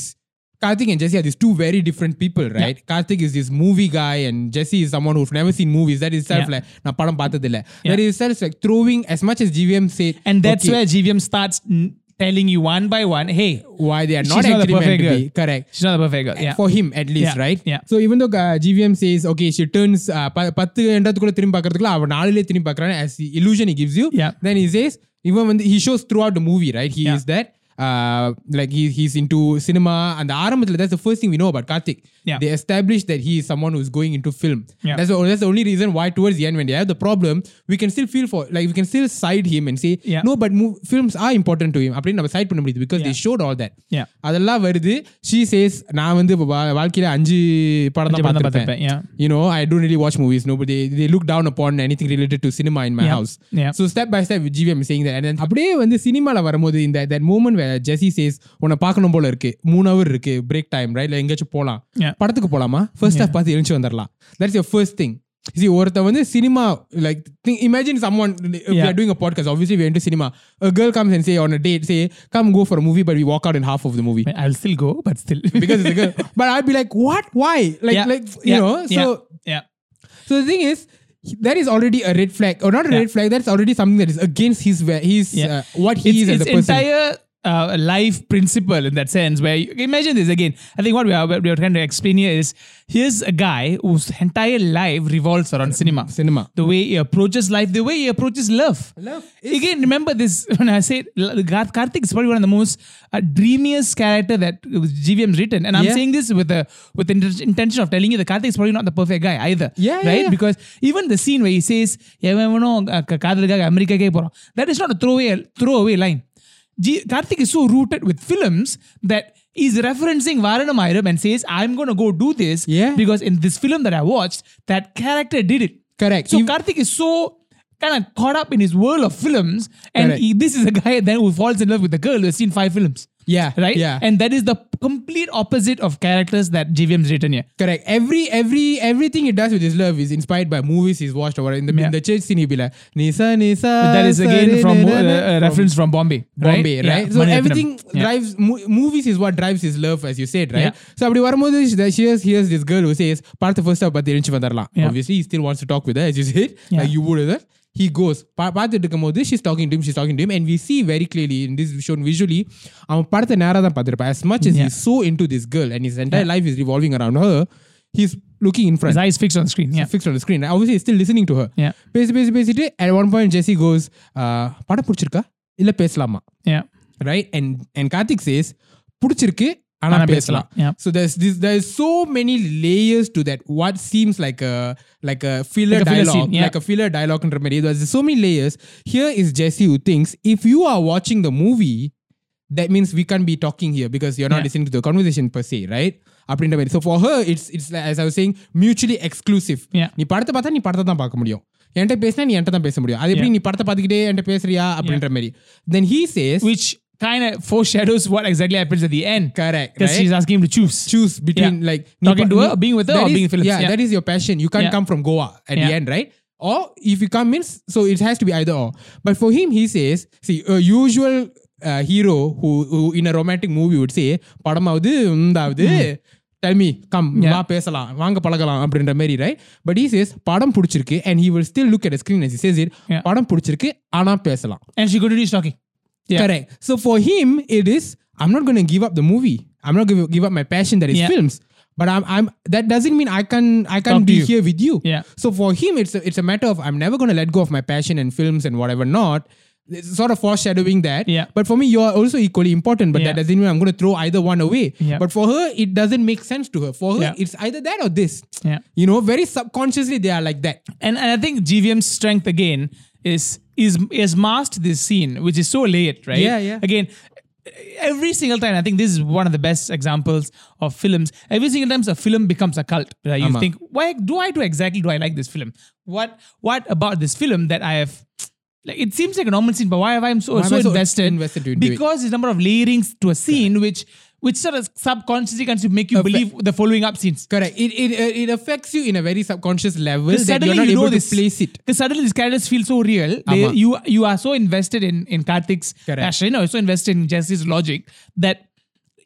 Speaker 1: Karthik and Jesse are these two very different people, right? Karthik is this movie guy and Jesse is someone who's never seen movies. That is itself
Speaker 2: Yeah.
Speaker 1: like நான் படம் பார்த்ததில்ல. That is itself like throwing as much as GVM said.
Speaker 2: And that's
Speaker 1: okay,
Speaker 2: where GVM starts n- telling you one by one, hey,
Speaker 1: why they are not
Speaker 2: she's not the
Speaker 1: actually meant
Speaker 2: perfect
Speaker 1: to
Speaker 2: girl.
Speaker 1: be correct.
Speaker 2: She's not the perfect girl. Yeah.
Speaker 1: for him at least,
Speaker 2: Yeah,
Speaker 1: right?
Speaker 2: yeah.
Speaker 1: So even though uh, GVM says, okay, she turns uh, pa- பத்து எண்டத்துக்குள்ள திரும்பி பார்க்கறதுக்குள்ள அவன் நாலுலே திரும்பி பார்க்கறான் as the illusion he gives you.
Speaker 2: Yeah.
Speaker 1: Then he says, even when he shows throughout the movie, right? He
Speaker 2: Yeah.
Speaker 1: is that. Uh, like he, he's into cinema and the ஆரம்பத்துல that's the first thing we know about Karthik
Speaker 2: Yeah.
Speaker 1: they established that he is someone who's going into film
Speaker 2: Yeah.
Speaker 1: that's, the, that's the only reason why towards the end when they have the problem we can still feel for like we can still side him and say
Speaker 2: Yeah.
Speaker 1: no but mov- films are important to him அப்படின்னு நம்ம side பண்ண முடியுது because they
Speaker 2: Yeah.
Speaker 1: showed all that
Speaker 2: Yeah.
Speaker 1: அதெல்லாம் வருது she says நான் வந்து வா- வாழ்க்கையில அஞ்சு படம்
Speaker 2: அஞ்சு
Speaker 1: தான்
Speaker 2: படம் தான்
Speaker 1: பார்த்திருப்பேன்
Speaker 2: பார்த்திருப்பேன்,
Speaker 1: you know I don't really watch movies no but they they look down upon anything related to cinema in my
Speaker 2: Yeah.
Speaker 1: house
Speaker 2: Yeah.
Speaker 1: so step by step GVM is saying that and then அப்படியே வந்து சினிமால வரும்போது இந்த that moment where Jesse says உன்னை பார்க்கணும் போல இருக்கு மூணு hour இருக்கு break time right இல்லை எங்கேயாச்சும் போலாம்
Speaker 2: Yeah.
Speaker 1: படத்துக்கு போலாமா first half பார்த்து எழுந்து வந்துடலாம் that's your first thing See, ஒருத்த வந்து cinema like imagine someone if we
Speaker 2: Yeah.
Speaker 1: are doing a podcast obviously we are into cinema a girl comes and say on a date say come go for a movie but we walk out in half of the movie
Speaker 2: I'll still go, but still.
Speaker 1: because it's a girl. But I'd be like, what? Why? Like, like you know. So,
Speaker 2: yeah.
Speaker 1: so the thing is, that is already a red flag, or not a
Speaker 2: Yeah.
Speaker 1: red flag. That's already something that is against his wa- his
Speaker 2: Yeah.
Speaker 1: uh, what he
Speaker 2: It's,
Speaker 1: is as
Speaker 2: his
Speaker 1: a person.
Speaker 2: entire uh, life principle in that sense. Where you, imagine this again. I think what we are what we are trying to explain here is here's a guy whose entire life revolves around cinema.
Speaker 1: Cinema.
Speaker 2: The way he approaches life, the way he approaches love.
Speaker 1: Love is-
Speaker 2: Again, remember this when I said L- Gar- Karthik is probably one of the most uh, dreamiest character that uh, GVM's written, and I'm
Speaker 1: Yeah.
Speaker 2: saying this with the with the inten- intention of telling you that Karthik is probably not the perfect guy either.
Speaker 1: Yeah, yeah,
Speaker 2: right.
Speaker 1: yeah.
Speaker 2: Because even the scene where he says "எவனோ க- காதலுக்காக அமெரிக்காக்கே போறான்," that is not a throwaway throwaway line. G- Karthik is so rooted with films that he's referencing Varanam Iram and says, "I'm going to go do this
Speaker 1: Yeah.
Speaker 2: because in this film that I watched, that character did it."
Speaker 1: Correct.
Speaker 2: So
Speaker 1: Ev-
Speaker 2: Karthik is so kind of caught up in his world of films, and
Speaker 1: Correct.
Speaker 2: he- this is a guy then who falls in love with a girl who has seen five films.
Speaker 1: Yeah,
Speaker 2: Right?
Speaker 1: yeah.
Speaker 2: And that is the complete opposite of characters that JVM's written here.
Speaker 1: Correct. Every every everything he does with his love is inspired by movies he's watched or whatever. In the
Speaker 2: Yeah.
Speaker 1: in the church scene, he'd be like Nisa Nisa.
Speaker 2: that is again
Speaker 1: sari,
Speaker 2: from
Speaker 1: na,
Speaker 2: uh,
Speaker 1: na, na,"
Speaker 2: a
Speaker 1: from
Speaker 2: reference from Bombay. Right?
Speaker 1: Bombay, right?
Speaker 2: Yeah,
Speaker 1: So
Speaker 2: Maniratnam.
Speaker 1: everything
Speaker 2: Yeah.
Speaker 1: drives mo- movies is what drives his love, as you said, right?
Speaker 2: Yeah.
Speaker 1: So அப்படி வரும்போது she- she hears, hears this girl who says பார்த்த first ஆ பார்த்து எழுச்சி வந்துடலாம்
Speaker 2: Yeah.
Speaker 1: obviously he still wants to talk with her as you said
Speaker 2: Yeah.
Speaker 1: like you would either he goes பா- பார்த்துட்டு இருக்கும்போது she's talking to him she's talking to him and we see very clearly in this shown visually அவன் படத்தை நேரா தான் பார்த்திருப்பான் as much as
Speaker 2: Yeah.
Speaker 1: he's so into this girl and his entire life is revolving around her he's looking in front
Speaker 2: His eyes fixed on the screen. Yeah.
Speaker 1: fixed on the screen. Obviously, he's still listening to her.
Speaker 2: Yeah.
Speaker 1: பேசி பேசி பேசிட்டு at one point Jesse goes, uh, படம் பிடிச்சிருக்கா இல்ல பேசலாமா
Speaker 2: Yeah.
Speaker 1: right and and Karthik says பிடிச்சிருக்கு ஆனா
Speaker 2: ஆனா
Speaker 1: பேசலாம்
Speaker 2: பேசலாம். Yeah.
Speaker 1: so there's this there's so many layers to that what seems like a like a filler
Speaker 2: Like a filler
Speaker 1: dialogue
Speaker 2: scene, yeah.
Speaker 1: like a filler dialogue in Remedy there's so many layers here is Jesse who thinks if you are watching the movie that means we can't be talking here because you're not
Speaker 2: Yeah.
Speaker 1: listening to the conversation per se right அப்படின்ற மாதிரி so for her it's it's like, as I was saying mutually exclusive
Speaker 2: Yeah.
Speaker 1: நீ படத்தை பார்த்தா நீ படத்தை தான் பார்க்க முடியும் என்கிட்ட பேசினா நீ என்கிட்ட தான் பேச முடியும் அது எப்படி
Speaker 2: Yeah.
Speaker 1: நீ படத்தை பார்த்துக்கிட்டே என்கிட்ட பேசுறியா அப்படின்ற மாதிரி then he says
Speaker 2: Which kind of foreshadows what exactly happens at the end.
Speaker 1: Correct,
Speaker 2: Because
Speaker 1: right?
Speaker 2: she's asking him to choose.
Speaker 1: choose between
Speaker 2: Yeah.
Speaker 1: like
Speaker 2: Talking
Speaker 1: Nipa-
Speaker 2: to her,
Speaker 1: Ni-
Speaker 2: being with her,
Speaker 1: that
Speaker 2: or
Speaker 1: is-
Speaker 2: being in Philips.
Speaker 1: Yeah,
Speaker 2: Yeah.
Speaker 1: that is your passion. You can't
Speaker 2: Yeah.
Speaker 1: come from Goa at the
Speaker 2: Yeah.
Speaker 1: end, right? Or if you come means so it has to be either or. But for him, he says, see, a usual uh, hero who, who in a romantic movie would say, படமாவது இந்தாவது tell me come
Speaker 2: Hmm. Yeah.
Speaker 1: வா பேசலாம் வாங்க பழகலாம் அப்படின்ற மாதிரி right but he says படம் பிடிச்சிருக்கு and he will still look at the screen as he says it
Speaker 2: Yeah.
Speaker 1: படம் பிடிச்சிருக்கு ஆனா பேசலாம்
Speaker 2: And she continues talking. Yeah.
Speaker 1: Correct. So for him, it is I'm not going to give up the movie. I'm not going to give up my passion that is
Speaker 2: Yeah.
Speaker 1: films. But I'm I'm that doesn't mean I can I can't
Speaker 2: Talk to
Speaker 1: be
Speaker 2: you.
Speaker 1: here with you.
Speaker 2: Yeah.
Speaker 1: So for him, it's a, it's a matter of I'm never going to let go of my passion and films and whatever not. It's sort of foreshadowing that.
Speaker 2: Yeah.
Speaker 1: But for me, you're also equally important. But
Speaker 2: Yeah.
Speaker 1: that doesn't mean I'm going to throw either one away.
Speaker 2: Yeah.
Speaker 1: But for her, it doesn't make sense to her. For her,
Speaker 2: Yeah.
Speaker 1: it's either that or this.
Speaker 2: Yeah.
Speaker 1: You know, very subconsciously they are like that.
Speaker 2: and and I think GVM's strength again is is is masked this scene, which is so layered, right?
Speaker 1: Yeah, yeah.
Speaker 2: Again, every single time I think this is one of the best examples of films. Every single time a film becomes a cult, right? You
Speaker 1: ஆமா.
Speaker 2: think, why do I do exactly do I like this film? What what about this film that I have? Like it seems like a normal scene, but why have I am so
Speaker 1: Why am
Speaker 2: so
Speaker 1: I so
Speaker 2: invested?
Speaker 1: invested to do it?
Speaker 2: because the number of layerings to a scene, which which sort of subconsciously can make you
Speaker 1: Affect-
Speaker 2: believe the following up scenes.
Speaker 1: Correct. It it, uh, it affects you in a very subconscious level
Speaker 2: Because
Speaker 1: that you're
Speaker 2: suddenly
Speaker 1: not
Speaker 2: you
Speaker 1: able
Speaker 2: know
Speaker 1: to
Speaker 2: this.
Speaker 1: place it.
Speaker 2: Because suddenly these characters feel so real. They,
Speaker 1: Ama.
Speaker 2: you you are so invested in in Karthik's
Speaker 1: Correct.
Speaker 2: passion, or so invested in Jesse's logic that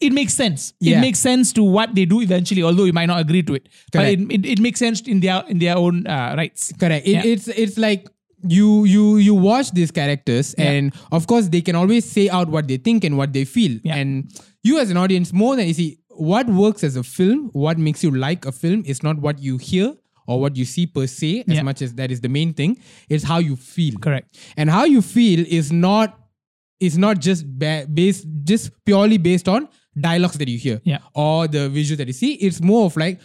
Speaker 2: it makes sense.
Speaker 1: Yeah.
Speaker 2: It makes sense to what they do eventually, although you might not agree to it.
Speaker 1: Correct.
Speaker 2: But it, it, it makes sense in their in their own uh, rights.
Speaker 1: Correct. It,
Speaker 2: Yeah.
Speaker 1: It's it's like you you you watch these characters,
Speaker 2: Yeah.
Speaker 1: and of course they can always say out what they think and what they feel.
Speaker 2: Yeah.
Speaker 1: And you as an audience, more than you see, what works as a film, what makes you like a film, is not what you hear or what you see per se, as
Speaker 2: Yeah.
Speaker 1: much as that is the main thing. It's how you feel.
Speaker 2: Correct.
Speaker 1: And how you feel is not is not just ba- based just purely based on dialogues that you hear
Speaker 2: Yeah.
Speaker 1: or the visual that you see. It's more of like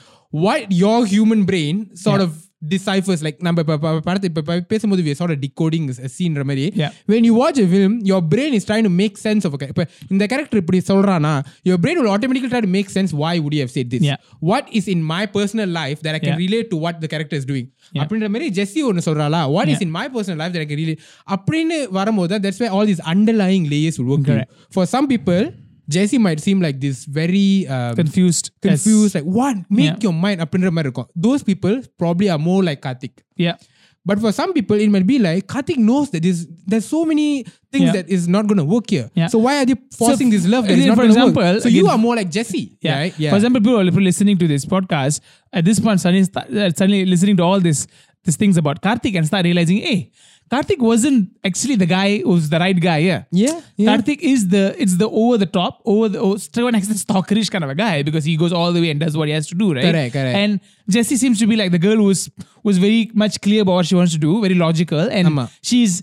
Speaker 1: what your human brain sort
Speaker 2: Yeah.
Speaker 1: of deciphers like நம்ம இப்ப ப- படத்தை இப்ப ப- பேசும்போது we are sort of decoding is a scene மாதிரி
Speaker 2: Yeah.
Speaker 1: when you watch a film your brain is trying to make sense of a char- இப்ப இந்த character இப்படி சொல்றானா your brain will automatically try to make sense why would he have said this
Speaker 2: Yeah.
Speaker 1: what is in my personal life that I can
Speaker 2: Yeah.
Speaker 1: relate to what the character is doing
Speaker 2: Yeah.
Speaker 1: அப்படின்ற மாதிரி Jessie ஒன்று சொல்றாளா what is
Speaker 2: Yeah.
Speaker 1: In my personal life எனக்கு really அப்படின்னு வரும்போது தான் that's way all this underlying layers work
Speaker 2: Correct.
Speaker 1: For some people Jessie might seem like this very
Speaker 2: Confused. as-
Speaker 1: confuse like what make
Speaker 2: Yeah.
Speaker 1: Your mind அப்படின்ற மாதிரி இருக்கும் those people probably are more like Karthik
Speaker 2: Yeah.
Speaker 1: But for some people, it might be like Karthik knows that there's there's so many things
Speaker 2: Yeah.
Speaker 1: that is not going to work here.
Speaker 2: Yeah.
Speaker 1: So why are they forcing
Speaker 2: So,
Speaker 1: this love that
Speaker 2: and
Speaker 1: is
Speaker 2: then
Speaker 1: not
Speaker 2: for
Speaker 1: going to work?
Speaker 2: example,
Speaker 1: So you
Speaker 2: again-
Speaker 1: are more like Jesse,
Speaker 2: Yeah.
Speaker 1: right? Yeah.
Speaker 2: For example, people are listening to this podcast. At this point, suddenly, st- uh, suddenly listening to all this these things about Karthik and start realizing, hey, Karthik wasn't actually the guy who's the right guy. Yeah.
Speaker 1: Yeah, yeah.
Speaker 2: Karthik is the it's the over the top, over the oh, to an extent stalkerish kind of a guy because he goes all the way and does what he has to do, right?
Speaker 1: Correct, correct.
Speaker 2: And Jessie seems to be like the girl who's was very much clear about what she wants to do, very logical, and
Speaker 1: ஆமா.
Speaker 2: she's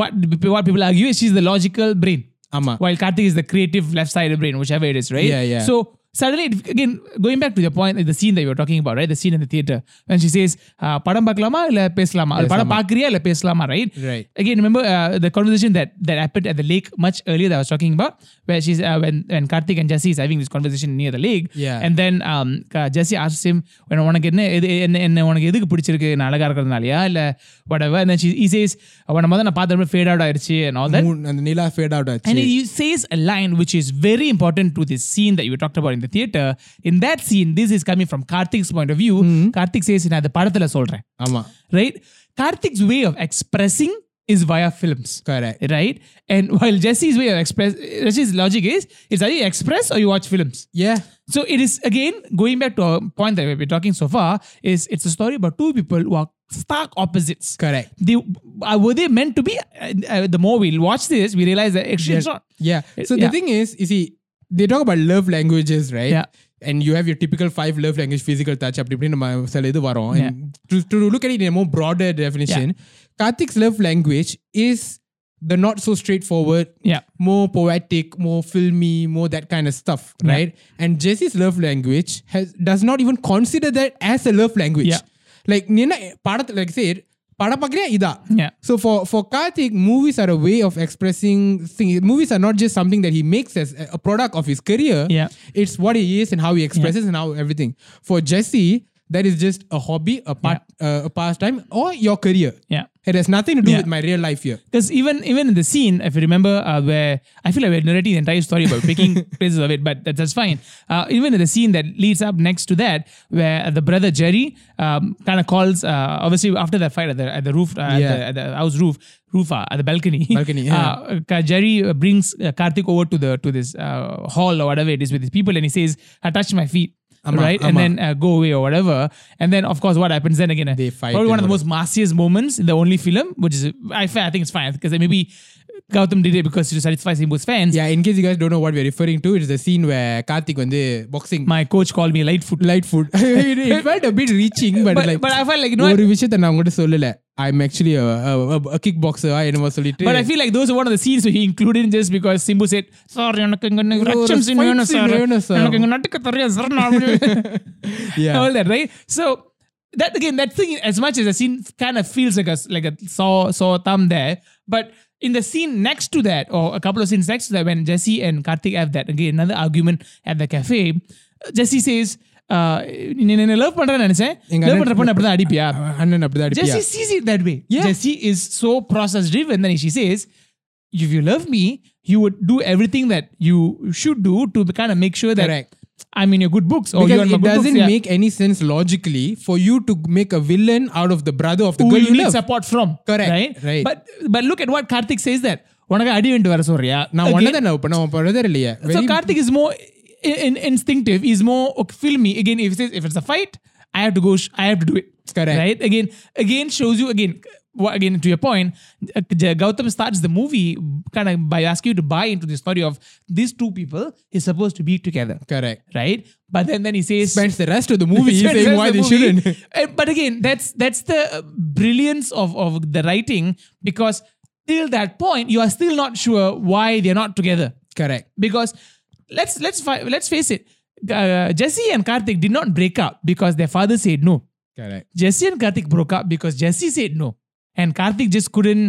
Speaker 2: what what people argue is she's the logical brain.
Speaker 1: ஆமா.
Speaker 2: While Karthik is the creative left side of brain, whichever it is, right?
Speaker 1: Yeah, yeah.
Speaker 2: So suddenly, it, again, going back to the point, the scene that you were talking about, right? The scene in the theater when she says, uh, "படம் பார்க்கலாமா இல்ல பேசலாமா? அது படம் பார்க்கறியா இல்ல பேசலாமா?" Right?
Speaker 1: Right.
Speaker 2: Again, remember uh, the conversation that that happened at the lake much earlier that I was talking about, where she's uh, when when Karthik and Jesse is having this conversation near the lake,
Speaker 1: Yeah.
Speaker 2: and then um, Ka- Jesse asks him, "When உனக்கு என்ன எது என்ன என்ன உனக்கு எதுக்கு பிடிச்சிருக்கு நான் அழகா இருக்கிறதுனாலயா இல்ல whatever?" And then she he says, "உன்னை முதல்ல நான் பார்த்தப்ப fade out ஆயிருச்சு and all that."
Speaker 1: மூணு- அந்த நிலா ஃபேட் அவுட்
Speaker 2: And
Speaker 1: ஆச்சு
Speaker 2: he says a line which is very important to this scene that you talked about in the theater. In that scene, this is coming from Karthik's point of view.
Speaker 1: Mm-hmm.
Speaker 2: Karthik says, "நான் இந்த படத்துல சொல்றேன்."
Speaker 1: ஆமா
Speaker 2: Right? Karthik's way of expressing is via films.
Speaker 1: Correct
Speaker 2: Right? And while Jesse's way of express Jesse's logic is, it's either you express or you watch films.
Speaker 1: yeah
Speaker 2: So it is again going back to a point that we've been talking so far is it's a story about two people who are stark opposites.
Speaker 1: Correct.
Speaker 2: They uh, were they meant to be? Uh, uh, the more we watch this, we realize that actually it's not.
Speaker 1: Yeah.
Speaker 2: It-
Speaker 1: So
Speaker 2: yeah.
Speaker 1: the thing is, you see, they talk about love languages, right?
Speaker 2: Yeah.
Speaker 1: And you have your typical five love language, physical touch, அப்படி இப்படின்னு நம்ம சில இது வரும்.
Speaker 2: Yeah.
Speaker 1: And to, to look at it in a more broader definition, Karthik's love language is the not so straightforward,
Speaker 2: Yeah.
Speaker 1: more poetic, more filmy, more that kind of stuff, right? And Jesse's love language has does not even consider that as a love language.
Speaker 2: Yeah.
Speaker 1: Like, நீ என்ன படத்துல like I said, படம் பார்க்கறியா இதா
Speaker 2: Yeah.
Speaker 1: so for for Karthik, movies are a way of expressing things. Movies are not just something that he makes as a- a product of his career.
Speaker 2: Yeah.
Speaker 1: It's what he is and how he expresses and how everything. For Jesse, that is just a hobby, a part, uh, a pastime, or your career.
Speaker 2: Yeah.
Speaker 1: It has nothing to do
Speaker 2: Yeah.
Speaker 1: with my real life here.
Speaker 2: Because even even in the scene, if you remember, uh, where I feel like we're narrating the entire story, but picking pieces of it, but that, that's fine. Uh, even in the scene that leads up next to that, where the brother Jerry um, kind of calls, uh, obviously after that fight at the at the roof, uh,
Speaker 1: Yeah.
Speaker 2: at, the, at the house roof, roof uh, at the balcony.
Speaker 1: Balcony, yeah.
Speaker 2: Uh, Ka- Jerry uh, brings uh, Karthik over to the to this uh, hall or whatever it is with his people, and he says, "I touched my feet."
Speaker 1: Ama,
Speaker 2: right, and
Speaker 1: ama.
Speaker 2: then uh, go away or whatever, and then of course what happens then again? uh,
Speaker 1: They fight
Speaker 2: Probably
Speaker 1: and
Speaker 2: one of the
Speaker 1: whatever.
Speaker 2: most most marciest moments in the only film, which is I, fa- I think it's fine because maybe Gautam did it because to satisfy Simbu's fans.
Speaker 1: Yeah, in case you guys don't know what we're referring to, it's the scene where Karthik on the boxing
Speaker 2: My coach called me light foot.
Speaker 1: light food. it, it felt a bit reaching, but,
Speaker 2: But-
Speaker 1: like
Speaker 2: but I felt like, you know what?
Speaker 1: ஒரு விஷயத்தை நான் உங்ககிட்ட சொல்லல. I'm actually a, a, a, a kickboxer என்னமோ சொல்லிட்டு
Speaker 2: But I feel like those are one of the scenes where he included just because Simbu said, Sorry, எனக்கு இங்க
Speaker 1: ஒரு
Speaker 2: ரச்சம் scene
Speaker 1: fight
Speaker 2: வேணும்
Speaker 1: scene
Speaker 2: sir.
Speaker 1: வேணும் sir."
Speaker 2: எனக்கு இங்க நட்டுக்க தெரியாது sir. நான் அப்படி-
Speaker 1: Yeah.
Speaker 2: All that, right? So that again, that thing, as much as the scene kind of feels like a like a saw saw thumb there, but in the scene next to that, or a couple of scenes next to that, when Jesse and Karthik have that again, another argument at the cafe, Jesse says, uh, "நீ என்ன love பண்றேன்னு நினைச்சேன்.
Speaker 1: எங்க
Speaker 2: Love
Speaker 1: அண்ணன்-
Speaker 2: பண்ற பொண்ணு அப்படிதான் அடிப்பியா?"
Speaker 1: அண்ணன் அப்படிதான் அடிப்பியா?
Speaker 2: Jesse sees it that way.
Speaker 1: Yeah.
Speaker 2: Jesse is so process driven. Then she says, if you love me, you would do everything that you should do to kind of make sure that
Speaker 1: Correct.
Speaker 2: I'm in your good books or you're
Speaker 1: because
Speaker 2: in my
Speaker 1: it
Speaker 2: good
Speaker 1: doesn't
Speaker 2: books. yeah.
Speaker 1: make any sense logically for you to make a villain out of the brother of the
Speaker 2: who
Speaker 1: girl
Speaker 2: you
Speaker 1: you
Speaker 2: need
Speaker 1: love.
Speaker 2: support from.
Speaker 1: Correct,
Speaker 2: Right?
Speaker 1: right.
Speaker 2: But but look at what Karthik says that. உனக்கு அடி வேண்டு வர சொல்றியா
Speaker 1: நான்
Speaker 2: Again,
Speaker 1: ஒன்னு தான் love பண்ணேன், உன் brother இல்லையே.
Speaker 2: So
Speaker 1: Very-
Speaker 2: Karthik is more in, in, instinctive. He's more okay, filmy. Again, if it says if it's a fight, I have to go. Sh- I have to do it.
Speaker 1: Correct.
Speaker 2: Right. Again, again shows you again. wha- Again, to your point, uh, J- Gautam starts the movie kind of by asking you to buy into the story of these two people is supposed to be together,
Speaker 1: correct.
Speaker 2: right? But then, then he says,
Speaker 1: Spends the rest of the movie
Speaker 2: Spends
Speaker 1: saying
Speaker 2: the
Speaker 1: why
Speaker 2: rest
Speaker 1: they
Speaker 2: of the
Speaker 1: shouldn't.
Speaker 2: movie. And- but again, that's that's the uh, brilliance of of the writing because till that point, you are still not sure why they're not together
Speaker 1: correct.
Speaker 2: because let's let's fi- let's face it uh, jesse and karthik did not break up because their father said no
Speaker 1: Correct.
Speaker 2: jesse and karthik broke up because jesse said no and karthik just couldn't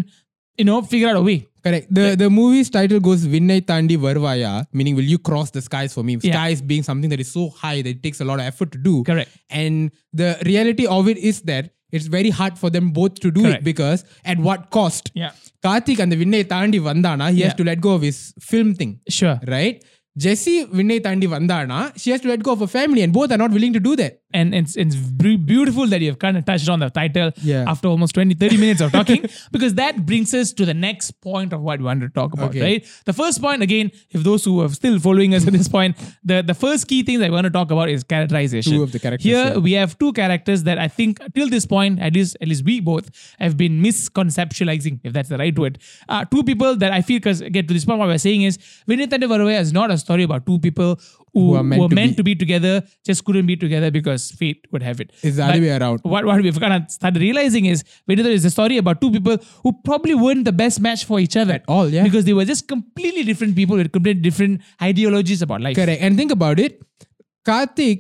Speaker 2: you know figure out a way
Speaker 1: Correct. The the movie's title goes Vinay Tandi Varvaya, meaning will you cross the skies for me?
Speaker 2: Yeah.
Speaker 1: Skies being something that is so high that it takes a lot of effort to do.
Speaker 2: Correct.
Speaker 1: And the reality of it is that it's very hard for them both to do
Speaker 2: Correct.
Speaker 1: it because at what cost?
Speaker 2: Yeah.
Speaker 1: Karthik அந்த விண்ணை தாண்டி வந்தானா he has
Speaker 2: Yeah.
Speaker 1: to let go of his film thing.
Speaker 2: sure
Speaker 1: right? Jessie Vinay Tandi Vandana, she has to let go of her family, and both are not willing to do that.
Speaker 2: and it's it's b- beautiful that you've kind of touched on the title
Speaker 1: Yeah.
Speaker 2: after almost 20 30 minutes of talking because that brings us to the next point of what we wanted to talk about
Speaker 1: Okay.
Speaker 2: right the first point again if those who are still following us at this point the the first key thing that we want to talk about is characterization
Speaker 1: Two of the characters,
Speaker 2: here
Speaker 1: yeah.
Speaker 2: we have two characters that i think till this point at least at least we both have been misconceptualizing if that's the right word uh, two people that i feel because again to this point what we're saying is vinay Tandavaraya is not a story about two people who,
Speaker 1: Who are meant
Speaker 2: were
Speaker 1: to
Speaker 2: meant
Speaker 1: be.
Speaker 2: to be together just couldn't be together because fate would have it.
Speaker 1: It's the
Speaker 2: But
Speaker 1: other way around.
Speaker 2: What, what we've kind of started realizing is Vedanta is a story about two people who probably weren't the best match for each other. At
Speaker 1: all, yeah.
Speaker 2: Because they were just completely different people with completely different ideologies about life.
Speaker 1: Correct. And think about it, Karthik.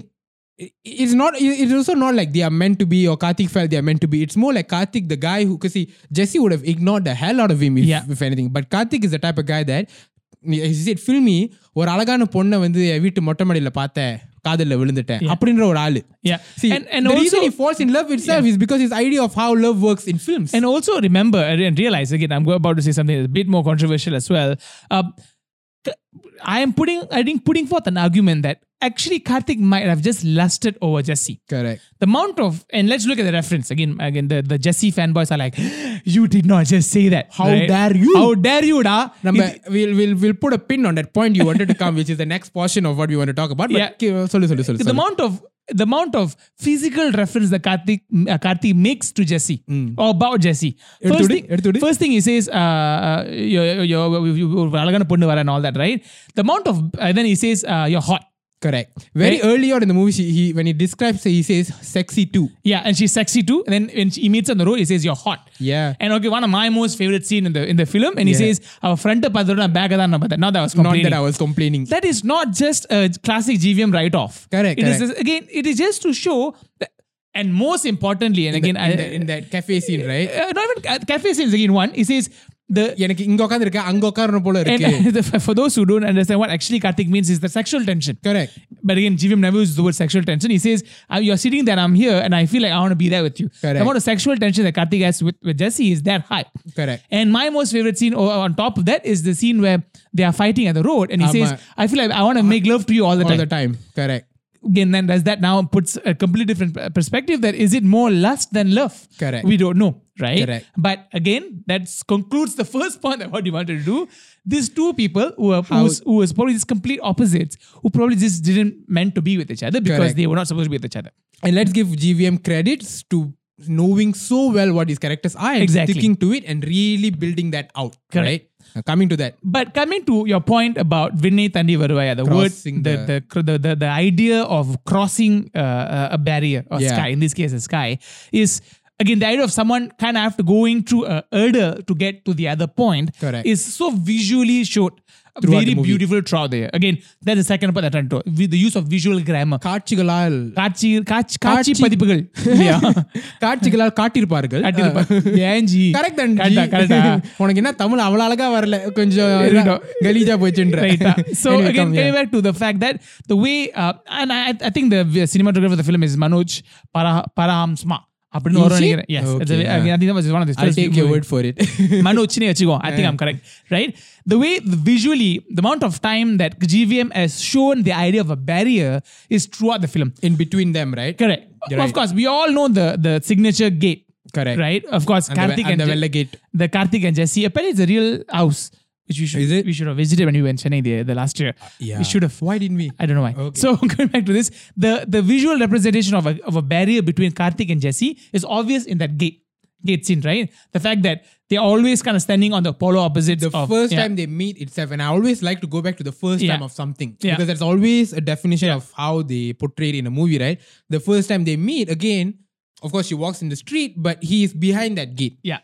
Speaker 1: i- It's not. i- It's also not like they are meant to be, or Karthik felt they are meant to be. It's more like Karthik, the guy who, because see, Jesse would have ignored the hell out of him if,
Speaker 2: Yeah.
Speaker 1: if anything. But Karthik is the type of guy that he said, "Film me ஒரு அழகான பொண்ணை வந்து என் வீட்டு மொட்டை மாடியில பார்த்தேன் காதல்ல விழுந்துட்டேன் அப்படின்ற ஒரு ஆளு
Speaker 2: Yeah.
Speaker 1: see
Speaker 2: And- and
Speaker 1: the
Speaker 2: also-
Speaker 1: reason he falls in love itself is because his idea of how love works in films
Speaker 2: And also remember and realize again, I'm about to say something that's a bit more controversial as well. Uh, I am putting I think putting forth an argument that actually Karthik might have just lusted over Jesse.
Speaker 1: correct
Speaker 2: the amount of and let's look at the reference again again the, the jesse fanboys are like you did not just say that
Speaker 1: How dare you?"
Speaker 2: how dare you da
Speaker 1: நம்ம
Speaker 2: It-
Speaker 1: we'll, we'll, we'll put a pin on that point you wanted to come which is the next portion of what we want to talk about but
Speaker 2: Yeah.
Speaker 1: yeah. சொல்லு சொல்லு சொல்லு
Speaker 2: the
Speaker 1: சொல்லு.
Speaker 2: amount of the amount of physical reference that Karthik, uh, Karthik makes to Jesse
Speaker 1: Hmm.
Speaker 2: or about Jesse. First
Speaker 1: எடுத்துடு,
Speaker 2: thing,
Speaker 1: எடுத்துடு.
Speaker 2: first thing he says, uh, uh, "Yo- yo- yo- yo- அழகான பொண்ணு வரேன்" and all that, right? The amount of, and then he says, uh, you're hot.
Speaker 1: Correct. Very
Speaker 2: Right?
Speaker 1: early on in the movie, she, he when he describes her, he says sexy too.
Speaker 2: Yeah, and she's sexy too. And then when she, he meets her on the road, he says, "You're hot."
Speaker 1: Yeah.
Speaker 2: And okay, one of my most favorite scene in the in the film, and he
Speaker 1: Yeah.
Speaker 2: says, "Our front padrona bag adana but Now that I was
Speaker 1: Not
Speaker 2: complaining.
Speaker 1: that I was complaining.
Speaker 2: That is not just a classic GVM write-off.
Speaker 1: Correct,
Speaker 2: It is
Speaker 1: correct.
Speaker 2: just- again, it is just to show, that, and most importantly, and again,
Speaker 1: in,
Speaker 2: I,
Speaker 1: the, in that cafe scene, right?
Speaker 2: uh, not even uh, cafe scenes again. One, he says the
Speaker 1: எனக்கு இங்க உட்காந்துருக்க அங்க உட்காரணும் போல
Speaker 2: and
Speaker 1: இருக்கு
Speaker 2: for those who don't understand what actually Karthik means is the sexual tension.
Speaker 1: Correct.
Speaker 2: But again, GVM never uses the word sexual tension. He says, "Uh, "You're sitting there, I'm here, and I feel like I want to be there with you."
Speaker 1: Correct.
Speaker 2: The amount of sexual tension that Karthik has with, with Jesse is that high.
Speaker 1: Correct.
Speaker 2: And my most favorite scene, or on top of that, is the scene where they are fighting at the road, and he
Speaker 1: ஆமா.
Speaker 2: says, "I feel like I want to make love to you all the
Speaker 1: all
Speaker 2: time."
Speaker 1: the time. Correct.
Speaker 2: Again, then does that now puts a completely different p- perspective? That is it more lust than love?
Speaker 1: Correct.
Speaker 2: We don't know, right?
Speaker 1: Correct.
Speaker 2: But again, that concludes the first point that what you wanted to do. These two people who are
Speaker 1: How-
Speaker 2: who's, who was probably just complete opposites, who probably just didn't meant to be with each other because
Speaker 1: Correct.
Speaker 2: they were not supposed to be with each other.
Speaker 1: And let's give GVM credits to knowing so well what these characters are and
Speaker 2: Exactly.
Speaker 1: sticking to it and really building that out.
Speaker 2: Correct.
Speaker 1: Right? Now, coming to that.
Speaker 2: But coming to your point about Vinay Tandi Varuvaya, the
Speaker 1: Crossing
Speaker 2: word, the the, cr- the, the the idea of crossing uh, a barrier or
Speaker 1: Yeah.
Speaker 2: sky, in this case a sky, is again the idea of someone kind of have to going through a hurdle to get to the other point
Speaker 1: Correct.
Speaker 2: is so visually showed.
Speaker 1: Throughout
Speaker 2: very
Speaker 1: the movie.
Speaker 2: beautiful throughout the year. Again, that's the second part that I'm trying to with the use of visual grammar.
Speaker 1: காட்சிகளால்
Speaker 2: காட்சி காட்சி காட்சி
Speaker 1: காட்சி-
Speaker 2: பதிப்புகள் இல்லையா
Speaker 1: காட்சிகளால் காட்டியிருப்பார்கள் Uh,
Speaker 2: காட்டியிருப்பாங்க. ஏன்ஜி
Speaker 1: correct தான்
Speaker 2: கரெக்டா கரெக்டா
Speaker 1: உனக்கு என்ன தமிழ் அவ்வளவு அழகா வரல கொஞ்சம்
Speaker 2: இருக்கட்டும்.
Speaker 1: கலீஜா போச்சுன்ற
Speaker 2: Right. uh, So
Speaker 1: Anyway,
Speaker 2: again,
Speaker 1: come,
Speaker 2: going
Speaker 1: yeah.
Speaker 2: back to the fact that the way, uh, and I, I think the cinematographer of the film is Manoj Para, Parahamsma. அப்படின்னு
Speaker 1: Is
Speaker 2: ஒரு
Speaker 1: it?
Speaker 2: நினைக்கிறேன். Yes, it's a-
Speaker 1: Okay,
Speaker 2: I mean,
Speaker 1: yeah.
Speaker 2: I think that was one of the
Speaker 1: I'll take your word for it.
Speaker 2: மனோஜ்னே வச்சுக்கோ I think I'm correct right the way visually the amount of time that GVM has shown the idea of a barrier is throughout the film
Speaker 1: in between them, right?
Speaker 2: correct of
Speaker 1: Right.
Speaker 2: course we all know the the signature gate
Speaker 1: Correct.
Speaker 2: right of course
Speaker 1: And the
Speaker 2: Karthik
Speaker 1: ve- and the
Speaker 2: Je-
Speaker 1: Vella gate.
Speaker 2: the Karthik and Jesse. Apparently, it's a real house, which we should
Speaker 1: Is it? Uh,
Speaker 2: we should have visited when we went Chennai the, the last year.
Speaker 1: Yeah.
Speaker 2: we should have.
Speaker 1: Why didn't we?
Speaker 2: I don't know why.
Speaker 1: Okay.
Speaker 2: So going back to this, the the visual representation of a of a barrier between Karthik and Jesse is obvious in that gate gate scene, right? The fact that they're always kind of standing on the polar opposites.
Speaker 1: the
Speaker 2: of,
Speaker 1: first
Speaker 2: yeah.
Speaker 1: time they meet itself, and I always like to go back to the first
Speaker 2: Yeah.
Speaker 1: time of something
Speaker 2: Yeah.
Speaker 1: because that's always a definition of how they portray it in a movie, right? The first time they meet again, of course, she walks in the street, but he is behind that gate,
Speaker 2: yeah.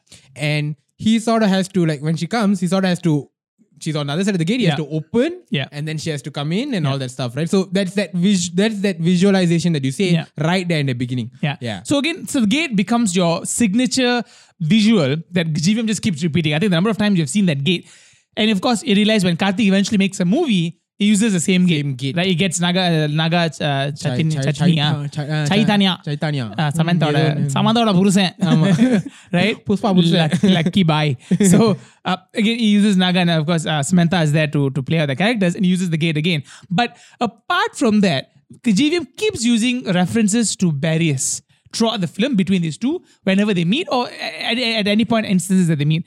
Speaker 1: and he sort of has to like when she comes, he sort of has to. She's on the other side of the gate. He has
Speaker 2: Yeah.
Speaker 1: to open,
Speaker 2: Yeah.
Speaker 1: and then she has to come in and all that stuff, right? So that's that vis- that's that visualization that you say
Speaker 2: Yeah.
Speaker 1: right there in the beginning.
Speaker 2: Yeah.
Speaker 1: yeah.
Speaker 2: So again, so the gate becomes your signature visual that GVM just keeps repeating. I think the number of times you've seen that gate. And of course, you realize when Karthik eventually makes a movie, he uses the same gate.
Speaker 1: Same gate.
Speaker 2: Right? He gets Naga, uh, Naga uh,
Speaker 1: Chai-
Speaker 2: Chaitanya.
Speaker 1: Chai-
Speaker 2: Chaitanya.
Speaker 1: Chai- uh,
Speaker 2: Chaitanya.
Speaker 1: Chaitanya.
Speaker 2: Uh, Samanthaவோட
Speaker 1: Mm, ஏதோ
Speaker 2: சமந்தாவோட புருஷன் right
Speaker 1: Pushpa புருஷன்.
Speaker 2: Luck- lucky bye so uh, again he uses naga and of course uh, samantha is there to to play out the characters and uses the gate again but apart from that GVM keeps using references to barriers throughout the film between these two whenever they meet or at, at any point instances that they meet.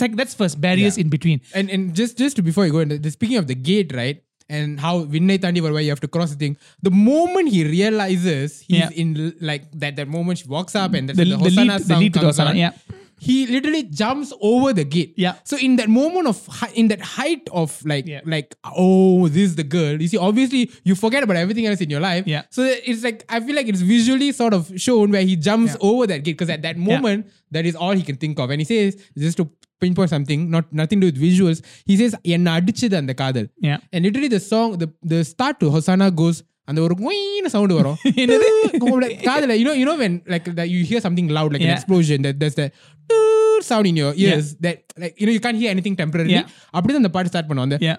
Speaker 2: Second, that's first barriers
Speaker 1: Yeah.
Speaker 2: in between.
Speaker 1: And and just just to- before you go, into the, speaking of the gate, right? And how Vinay Tandi Varva, you have to cross the thing. The moment he realizes he's
Speaker 2: Yeah.
Speaker 1: in l- like that, that moment she walks up and that's
Speaker 2: The-
Speaker 1: when the,
Speaker 2: the
Speaker 1: Hosanna
Speaker 2: lead- the
Speaker 1: song
Speaker 2: lead to the
Speaker 1: comes
Speaker 2: Hosanna,
Speaker 1: on,
Speaker 2: yeah.
Speaker 1: He literally jumps over the gate.
Speaker 2: Yeah.
Speaker 1: So in that moment of hi- in that height of like
Speaker 2: Yeah.
Speaker 1: like oh this is the girl. You see, obviously you forget about everything else in your life.
Speaker 2: Yeah.
Speaker 1: So it's like I feel like it's visually sort of shown where he jumps over that gate because at that moment that is all he can think of, and he says just to pinpoint something, not nothing to do with visuals. He says "என்ன அடிச்சது அந்த காதல்."
Speaker 2: Yeah.
Speaker 1: And literally the song, the the start to Hosanna goes. அந்த ஒரு குயின்னு sound வரும் Like, காதுல you know you know when like that you hear something loud like an
Speaker 2: Yeah.
Speaker 1: explosion that there's that "Toot" sound in your ears that like you know you can't hear anything temporarily
Speaker 2: Yeah.
Speaker 1: அப்படிதான் அந்த பாட்டு start பண்ணுவோம் அந்த
Speaker 2: Yeah.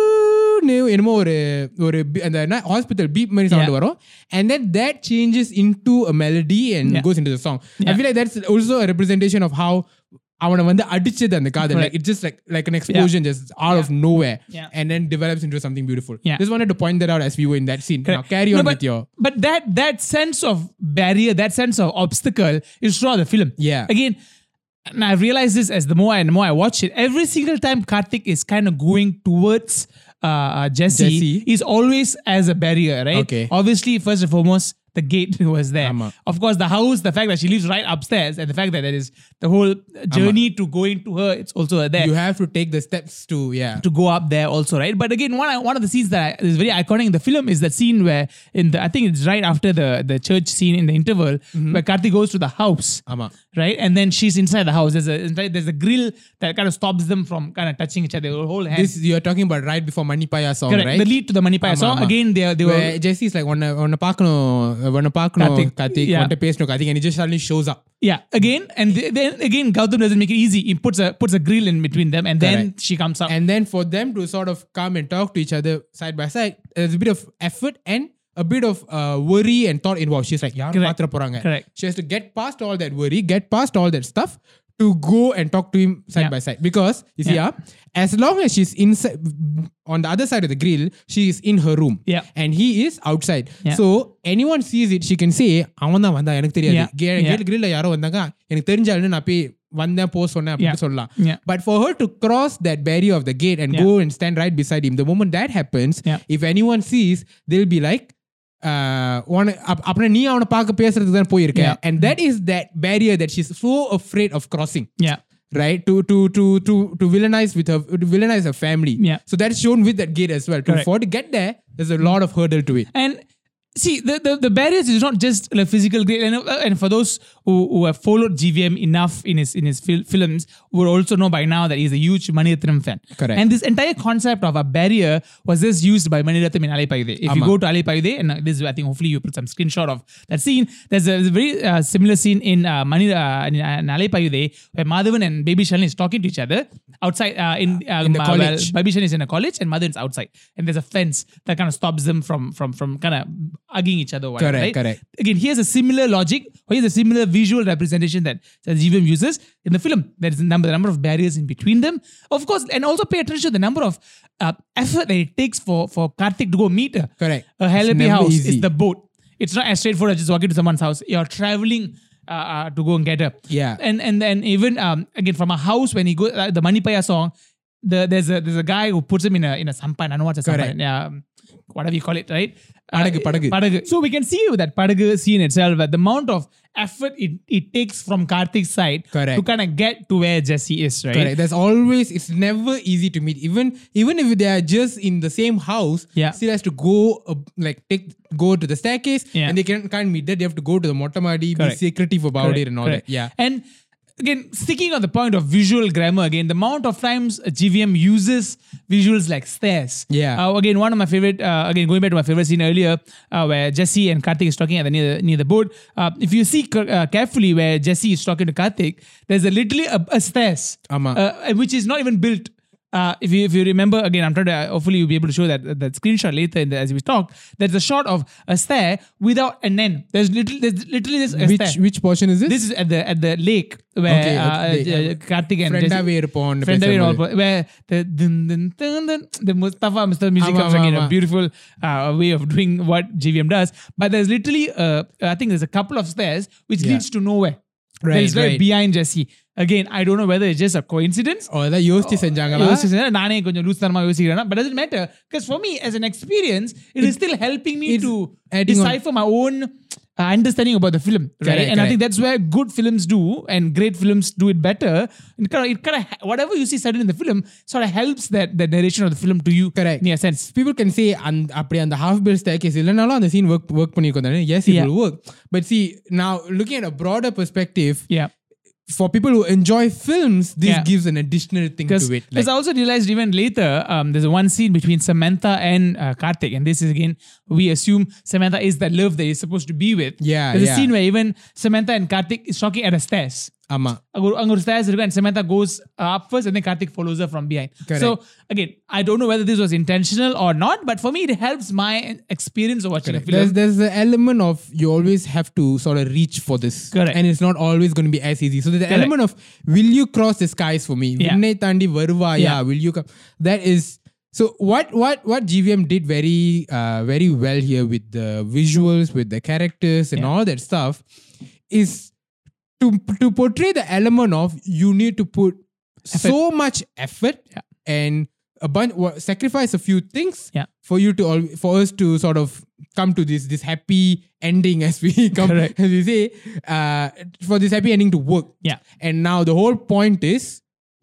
Speaker 1: "டூன்னு" என்னமோ ஒரு ஒரு பி- அந்த என்ன ஹாஸ்பிட்டல் பீப் மாதிரி சவுண்ட்
Speaker 2: Yeah.
Speaker 1: வரும் and then that changes into melody and
Speaker 2: Yeah.
Speaker 1: Goes into song I
Speaker 2: Yeah.
Speaker 1: Feel like that's also representation of how அவனை வந்து அடிச்சது அந்த காதல்
Speaker 2: Correct.
Speaker 1: It just like like an explosion just all of no way
Speaker 2: Yeah.
Speaker 1: and then develops into something beautiful
Speaker 2: Yeah.
Speaker 1: just wanted to point that out as we were in that scene now
Speaker 2: Correct.
Speaker 1: carry
Speaker 2: No,
Speaker 1: on
Speaker 2: but,
Speaker 1: with your
Speaker 2: But that that sense of barrier, that sense of obstacle is throughout the film.
Speaker 1: Yeah.
Speaker 2: Again, and I realize this as the more and more I watch it, every single time Karthik is kind of going towards uh, uh, Jesse,
Speaker 1: Jesse.
Speaker 2: is always as a barrier, right?
Speaker 1: Okay.
Speaker 2: Obviously, first and foremost, the gate was there.
Speaker 1: ஆமா.
Speaker 2: Of course, the house, the fact that she lives right upstairs, and the fact that there is the whole journey to going to her, it's also there
Speaker 1: you have to take the steps to yeah
Speaker 2: to go up there also, right? But again, one one of the scenes that I, is very iconic in the film is that scene where in the I think it's right after the the church scene in the interval
Speaker 1: Mm-hmm.
Speaker 2: where Karthi goes to the house,
Speaker 1: Ama.
Speaker 2: right? And then she's inside the house. There's a inside, there's a grill that kind of stops them from kind of touching each other. They hold hands.
Speaker 1: this you're talking about right before Manipaya song
Speaker 2: Correct.
Speaker 1: right
Speaker 2: The lead to the Manipaya
Speaker 1: ஆமா,
Speaker 2: song
Speaker 1: ஆமா.
Speaker 2: again. They are- they were
Speaker 1: where Jesse is like wanna wanna pakno wanna pakno
Speaker 2: Karthik.
Speaker 1: Karthik
Speaker 2: Yeah.
Speaker 1: wanna paste no Karthik and he just suddenly shows up
Speaker 2: yeah again and th- then again Gautam doesn't make it easy. He puts a puts a grill in between them and then
Speaker 1: Correct.
Speaker 2: she comes out.
Speaker 1: and then for them to sort of come and talk to each other side by side there's a bit of effort and a bit of uh, worry and thought involved she's like "Yaar,
Speaker 2: Correct.
Speaker 1: பாத்திர போறாங்க."
Speaker 2: Correct.
Speaker 1: she has to get past all that worry get past all that stuff to go and talk to him side
Speaker 2: Yeah.
Speaker 1: by side because you see
Speaker 2: Yeah.
Speaker 1: yeah, as long as she's inside on the other side of the grill she is in her room
Speaker 2: Yeah.
Speaker 1: and he is outside
Speaker 2: Yeah.
Speaker 1: so anyone sees it she can say அவன் தான் வந்தா எனக்கு தெரியாது
Speaker 2: Yeah.
Speaker 1: Gate-
Speaker 2: Yeah.
Speaker 1: gate grill ல யாரோ வந்தாங்க எனக்கு தெரிஞ்ச ஆளுன்னு நான் போய் வந்தேன் போ சொன்னேன் அப்படின்னு
Speaker 2: Yeah.
Speaker 1: சொல்லலாம்
Speaker 2: Yeah.
Speaker 1: but for her to cross that barrier of the gate and
Speaker 2: Yeah.
Speaker 1: go and stand right beside him, the moment that happens,
Speaker 2: Yeah.
Speaker 1: if anyone sees, they'll be like, uh, "உன- அப்- அப்புறம் நீ அவனை பார்க்க பேசுறதுக்கு தான் போயிருக்க
Speaker 2: Yeah.
Speaker 1: and that is that barrier that she's so afraid of crossing
Speaker 2: yeah,
Speaker 1: right to to to to to villainize with her to villainize her family
Speaker 2: Yeah.
Speaker 1: so that's shown with that gate as well to,
Speaker 2: Correct.
Speaker 1: for to get there there's a lot of hurdle to it
Speaker 2: And see, the, the, the barriers is not just like physical grade. And, uh, and for those who, who have followed GVM enough in his in his fil- films, would also know by now that he's a huge Manirathnam fan.
Speaker 1: Correct.
Speaker 2: And this entire concept of a barrier was just used by Manirathnam in Alaipayude. If you
Speaker 1: ஆமா.
Speaker 2: go to Alaipayude, and uh, this is, I think hopefully you put some screenshot of that scene, there's a, there's a very uh, similar scene in uh, Mani, uh, in, uh, in Alaipayude where Madhavan and Baby Shalini is talking to each other outside uh, in, uh,
Speaker 1: In the
Speaker 2: uh,
Speaker 1: college.
Speaker 2: well, Babishan is in a college and Madan is outside. And there's a fence that kind of stops them from from from kind of ugging each other. or Whatever,
Speaker 1: Correct,
Speaker 2: right?
Speaker 1: correct.
Speaker 2: Again, here's a similar logic or here's a similar visual representation that that GVM uses in the film. There's a number, the number of barriers in between them. Of course, and also pay attention to the number of uh, effort that it takes for, for Karthik to go meet her.
Speaker 1: Correct.
Speaker 2: Her
Speaker 1: It's
Speaker 2: Halepi
Speaker 1: never
Speaker 2: house
Speaker 1: easy.
Speaker 2: is the boat. It's not as straightforward as just walking to someone's house. You're traveling uh, uh, to go and get her
Speaker 1: Yeah.
Speaker 2: and and then even um again from a house when he goes uh, the Manipaya song, the there's a there's a guy who puts him in a in a sampan. I don't know what's a
Speaker 1: Correct.
Speaker 2: sampan. Yeah, um, whatever you call it, right? Uh,
Speaker 1: Padagu, padagu.
Speaker 2: So we can see with that padagu scene itself that the amount of effort it, it takes from Karthik's side
Speaker 1: Correct.
Speaker 2: to kind of get to where Jesse is, right?
Speaker 1: Correct. There's always it's never easy to meet. Even even if they are just in the same house,
Speaker 2: Yeah.
Speaker 1: still has to go uh, like take go to the staircase
Speaker 2: Yeah.
Speaker 1: and they can can't meet that. They have to go to the motamadi, be
Speaker 2: Correct.
Speaker 1: secretive about
Speaker 2: Correct,
Speaker 1: it and all
Speaker 2: correct.
Speaker 1: that. Yeah.
Speaker 2: And again, sticking on the point of visual grammar, again, the amount of times a GVM uses visuals like stairs.
Speaker 1: Yeah.
Speaker 2: Uh, again, one of my favorite, uh, again, going back to my favorite scene earlier, uh, where Jesse and Karthik is talking at the near, near the boat. Uh, if you see ca- uh, carefully where Jesse is talking to Karthik, there's a literally a, a stairs,
Speaker 1: ஆமா.
Speaker 2: uh, which is not even built. uh, if you if you remember again, I'm trying to uh, hopefully you'll be able to show that that screenshot later in the, as we talk. There's a shot of a stair without an end. There's little there's literally just a
Speaker 1: which
Speaker 2: stair.
Speaker 1: which portion is this?
Speaker 2: This is at the at the lake where
Speaker 1: Okay,
Speaker 2: uh,
Speaker 1: okay.
Speaker 2: uh, Karthik and
Speaker 1: Friend
Speaker 2: Jesse-
Speaker 1: away upon
Speaker 2: Friend away
Speaker 1: பேசும்போது.
Speaker 2: upon- where the dun, dun, dun, dun, the Mustafa Mr. Music
Speaker 1: ஆமா,
Speaker 2: comes again,
Speaker 1: ஆமா,
Speaker 2: a
Speaker 1: ஆமா.
Speaker 2: beautiful uh, way of doing what JVM does. But there's literally uh, I think there's a couple of stairs which
Speaker 1: Yeah.
Speaker 2: leads to nowhere.
Speaker 1: Right,
Speaker 2: That is right
Speaker 1: right.
Speaker 2: behind Jesse. Again, I don't know whether it's just a coincidence
Speaker 1: Oh, அதான் யோசிச்சு செஞ்சாங்களா
Speaker 2: யோசிச்சேன்னா நானே கொஞ்சம் loose தரமா யோசிக்கிறேன்னா but doesn't matter because for me as an experience it is still helping me
Speaker 1: it's
Speaker 2: to
Speaker 1: adding on.
Speaker 2: decipher my own uh, understanding about the film right
Speaker 1: Correct,
Speaker 2: and i think
Speaker 1: correct.
Speaker 2: that's where good films do and great films do it better and kind of, it kind of whatever you see suddenly in the film sort of helps that the narration of the film to you
Speaker 1: Correct.
Speaker 2: in a sense
Speaker 1: people can say and அப்படி அந்த half bill stake case இல்லைனாலும் அந்த scene work work பண்ணியிருக்கோம் தானே yes it
Speaker 2: Yeah.
Speaker 1: Will work but see நான் looking at a broader perspective
Speaker 2: yeah
Speaker 1: for people who enjoy films, this
Speaker 2: Yeah.
Speaker 1: gives an additional thing to
Speaker 2: Because
Speaker 1: it.
Speaker 2: because I also realized even later, um, there's one scene between Samantha and uh, Karthik, and this is again we assume Samantha is the love that he's supposed to be with.
Speaker 1: Yeah,
Speaker 2: there's
Speaker 1: yeah.
Speaker 2: a scene where even Samantha and Karthik is talking at a stairs.
Speaker 1: ஆமா
Speaker 2: அங்க அங்க ஒரு stairs இருக்கும் and Samantha goes uh, up first and then Karthik follows her from behind.
Speaker 1: Correct.
Speaker 2: So again, I don't know whether this was intentional or not, but for me it helps my experience of watching a film.
Speaker 1: there's there's an element of you always have to sort of reach for this,
Speaker 2: Correct.
Speaker 1: and it's not always going to be as easy. So there's the
Speaker 2: Correct.
Speaker 1: element of will you cross the skies for me?
Speaker 2: Yeah.
Speaker 1: Vinnai tandi varuvaya?
Speaker 2: Yeah.
Speaker 1: Will you come? That is so. What what what GVM did very uh, very well here with the visuals, with the characters, and
Speaker 2: Yeah.
Speaker 1: all that stuff is to to portray the element of you need to put so much effort
Speaker 2: Yeah.
Speaker 1: and a bunch wa- sacrifice a few things
Speaker 2: Yeah.
Speaker 1: for you to all for us to sort of come to this this happy ending as we come
Speaker 2: Correct.
Speaker 1: as we say uh, for this happy ending to work
Speaker 2: Yeah.
Speaker 1: and now the whole point is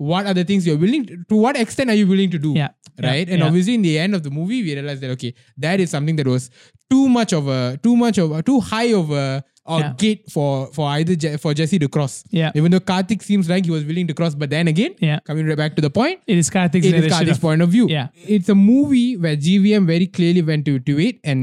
Speaker 1: what are the things you're willing to, to what extent are you willing to do
Speaker 2: Yeah.
Speaker 1: right
Speaker 2: Yeah.
Speaker 1: and
Speaker 2: Yeah.
Speaker 1: obviously in the end of the movie we realized that okay that is something that was too much of a too much of a too high of a or
Speaker 2: Yeah.
Speaker 1: gate for for either Je- for Jesse to cross
Speaker 2: Yeah.
Speaker 1: even though Karthik seems like he was willing to cross but then again
Speaker 2: Yeah.
Speaker 1: coming right back to the point
Speaker 2: It is Karthik's
Speaker 1: it is
Speaker 2: narration
Speaker 1: Karthik's
Speaker 2: of-
Speaker 1: point of view.
Speaker 2: Yeah.
Speaker 1: It's a movie where GVM very clearly went to, to it and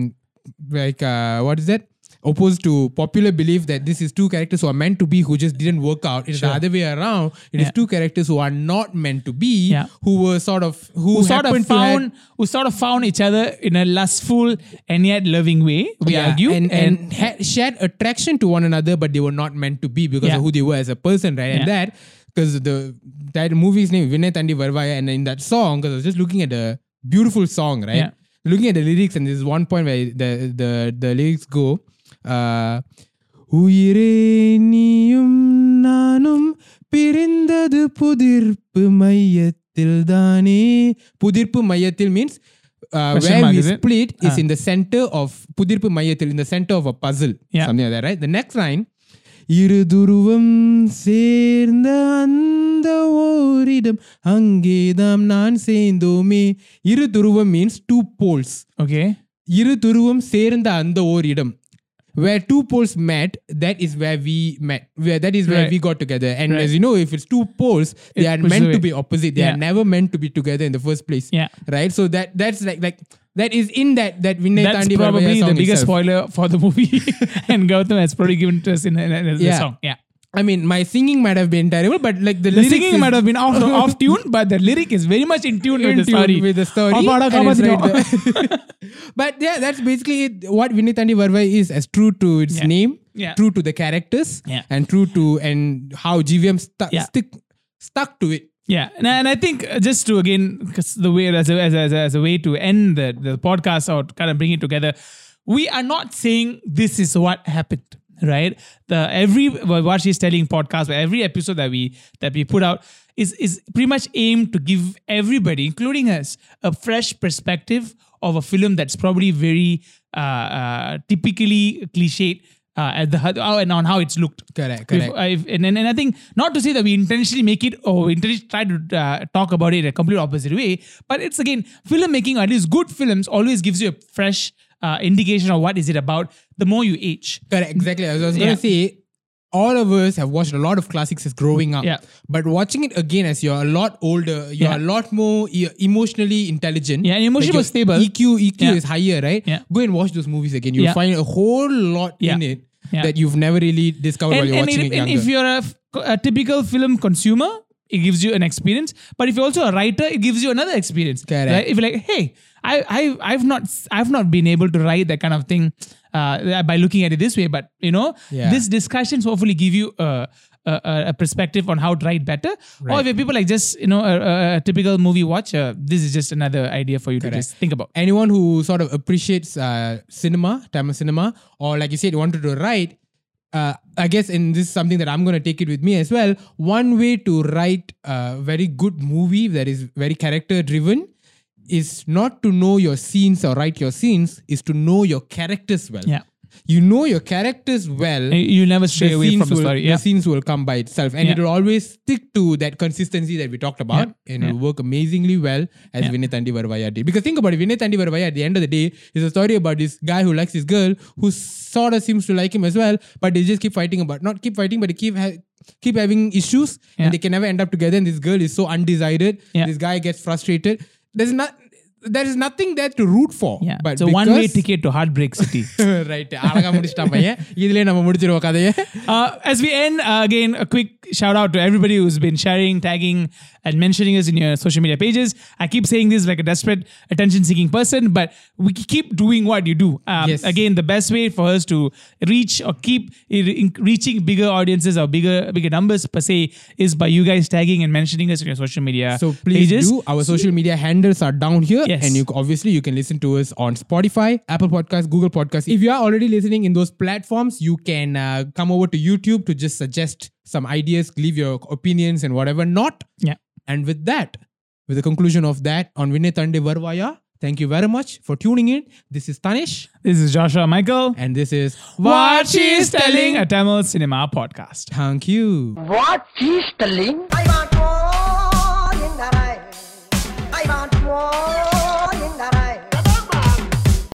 Speaker 1: like uh, what is that? Opposed to popular belief that this is two characters who are meant to be who just didn't work out. It's the
Speaker 2: Sure.
Speaker 1: other way around. It is
Speaker 2: Yeah.
Speaker 1: two characters who are not meant to be,
Speaker 2: Yeah.
Speaker 1: who were sort of who,
Speaker 2: who sort
Speaker 1: happened
Speaker 2: of
Speaker 1: to have-
Speaker 2: found who sort of found each other in a lustful and yet loving way. We
Speaker 1: Yeah,
Speaker 2: argue
Speaker 1: and, and, had shared attraction to one another, but they were not meant to be because
Speaker 2: Yeah.
Speaker 1: of who they were as a person, right? And
Speaker 2: Yeah.
Speaker 1: that because the that movie's name Vinay Tandi Varvaya, and in that song, because I was just looking at the beautiful song, right?
Speaker 2: Yeah.
Speaker 1: Looking at the lyrics, and there's one point where the the the lyrics go. Uh, உயிரே நீயும் நானும் பிரிந்தது புதிர்ப்பு மையத்தில் தானே புதிர்ப்பு மையத்தில் means
Speaker 2: Question
Speaker 1: uh, where
Speaker 2: mark,
Speaker 1: we
Speaker 2: is it?
Speaker 1: split is
Speaker 2: Ah.
Speaker 1: in the center of புதிர்ப்பு மையத்தில் in the center of a puzzle
Speaker 2: Yeah.
Speaker 1: something like that right the next line இரு துருவம் சேர்ந்த அந்த ஓரிடம் அங்கேதாம் நான் சேர்ந்தோமே இரு துருவம் மீன்ஸ் டூ போல்ஸ்
Speaker 2: okay.
Speaker 1: இரு துருவம் சேர்ந்த அந்த ஓர் இடம் where two poles met that is where we met where that is where
Speaker 2: Right.
Speaker 1: we got together and
Speaker 2: Right.
Speaker 1: as you know if it's two poles they
Speaker 2: It
Speaker 1: are
Speaker 2: pushes
Speaker 1: meant to
Speaker 2: away.
Speaker 1: be opposite they are
Speaker 2: Yeah.
Speaker 1: never meant to be together in the first place
Speaker 2: Yeah.
Speaker 1: right so that that's like like that is in that that Vinay
Speaker 2: That's
Speaker 1: Tandi Varvaya
Speaker 2: probably the
Speaker 1: song
Speaker 2: biggest
Speaker 1: itself.
Speaker 2: spoiler for the movie, and Gautam has probably given to us in, in, in the
Speaker 1: Yeah.
Speaker 2: song. Yeah,
Speaker 1: I mean, my singing might have been terrible, but like the,
Speaker 2: the
Speaker 1: lyrics
Speaker 2: singing
Speaker 1: is
Speaker 2: might have been off off tune, but the lyric is very much in tune
Speaker 1: in
Speaker 2: with the
Speaker 1: tune
Speaker 2: story.
Speaker 1: with the story.
Speaker 2: அப்பாடா,
Speaker 1: and it's right
Speaker 2: காப்பாத்திட்டோம்.
Speaker 1: there. but yeah, that's basically it. what Vinay Tandi Varvai is as true to its
Speaker 2: Yeah.
Speaker 1: name,
Speaker 2: Yeah.
Speaker 1: true to the characters,
Speaker 2: Yeah.
Speaker 1: and true to and how GVM stu-
Speaker 2: Yeah.
Speaker 1: stick stuck to it.
Speaker 2: Yeah, and, and I think uh, just to again, 'cause the way as a, as, a, as, a, as a way to end the, the podcast or kind of bring it together, we are not saying this is what happened, right? The every what she's telling podcast, where every episode that we that we put out is is pretty much aimed to give everybody, including us, a fresh perspective of a film that's probably very uh, uh, typically cliched uh, at the how and on how it's looked.
Speaker 1: Correct,
Speaker 2: We've-
Speaker 1: correct.
Speaker 2: I've, and, and, and I think not to say that we intentionally make it or we intentionally try to uh, talk about it in a complete opposite way, but it's again filmmaking, or at least good films, always gives you a fresh uh, indication of what is it about. The more you age,
Speaker 1: Correct, exactly. As I was gonna
Speaker 2: Yeah.
Speaker 1: say, all of us have watched a lot of classics as growing up.
Speaker 2: Yeah.
Speaker 1: But watching it again as you're a lot older, you're
Speaker 2: Yeah.
Speaker 1: a lot more e- emotionally intelligent.
Speaker 2: Yeah, and emotionally
Speaker 1: your E
Speaker 2: more stable.
Speaker 1: EQ, EQ
Speaker 2: Yeah.
Speaker 1: is higher, right?
Speaker 2: Yeah.
Speaker 1: Go and watch those movies again. You'll
Speaker 2: Yeah.
Speaker 1: find a whole lot
Speaker 2: Yeah.
Speaker 1: in it
Speaker 2: Yeah.
Speaker 1: that you've never really discovered while
Speaker 2: and,
Speaker 1: you're
Speaker 2: and,
Speaker 1: watching
Speaker 2: it-
Speaker 1: it,
Speaker 2: and
Speaker 1: younger.
Speaker 2: if you're a, f- a typical film consumer, it gives you an experience. But if you're also a writer, it gives you another experience.
Speaker 1: Correct.
Speaker 2: Right? If you're like, hey, I, I, I've not, I've not been able to write that kind of thing uh, by looking at it this way. But you know,
Speaker 1: Yeah.
Speaker 2: this discussions hopefully give you a, a, a perspective on how to write better. Or if you're people like just you know a, a, a typical movie watcher, this is just another idea for you to
Speaker 1: Correct.
Speaker 2: just think about.
Speaker 1: anyone who sort of appreciates uh, cinema, Tamil cinema, or like you said, wanted to write, uh, I guess, and this is something that I'm going to take it with me as well. One way to write a very good movie that is very character driven is not to know your scenes or write your scenes, is to know your characters well.
Speaker 2: Yeah.
Speaker 1: You know your characters well.
Speaker 2: You- You never stray
Speaker 1: the
Speaker 2: away
Speaker 1: scenes
Speaker 2: from the
Speaker 1: will-
Speaker 2: story. Yeah.
Speaker 1: scenes will come by itself, and
Speaker 2: Yeah.
Speaker 1: it will always stick to that consistency that we talked about, and it will work amazingly well as
Speaker 2: Yeah.
Speaker 1: Vinay Tandi Varavaya did. Because think about it, Vinay Tandi Varavaya at the end of the day is a story about this guy who likes his girl, who sort of seems to like him as well, but they just keep fighting about not keep fighting, but they keep ha- keep having issues,
Speaker 2: Yeah.
Speaker 1: and they can never end up together. And this girl is so undecided.
Speaker 2: Yeah.
Speaker 1: This guy gets frustrated. There's not. There is nothing there to root for.
Speaker 2: Yeah.
Speaker 1: But
Speaker 2: so one way
Speaker 1: because-
Speaker 2: ticket to Heartbreak City.
Speaker 1: right. அழகா முடிச்சிட்டான் பையன். இதுலயே நம்ம முடிச்சிருவோம் கதையை.
Speaker 2: Uh, as we end, uh, again, a quick shout out to everybody who's been sharing, tagging, and mentioning us in your social media pages. I keep saying this like a desperate, attention seeking person, but we keep doing what you do. Um,
Speaker 1: Yes.
Speaker 2: Again, the best way for us to reach or keep i- reaching bigger audiences or bigger bigger numbers per se is by you guys tagging and mentioning us in your social media
Speaker 1: So please
Speaker 2: pages.
Speaker 1: do. Our social media handles are down here,
Speaker 2: Yes.
Speaker 1: and you obviously you can listen to us on Spotify, Apple Podcasts, Google Podcasts. If you are already listening in those platforms, you can uh, come over to YouTube to just suggest some ideas, leave your opinions and whatever not.
Speaker 2: Yeah.
Speaker 1: And with that, with the conclusion of that, on Vinay Tande Varvaya, thank you very much for tuning in. This is Tanish,
Speaker 2: This is Joshua Michael.
Speaker 1: and this is
Speaker 2: What she's telling a Tamil cinema podcast.
Speaker 1: Thank you.
Speaker 4: What she's telling?
Speaker 5: I want more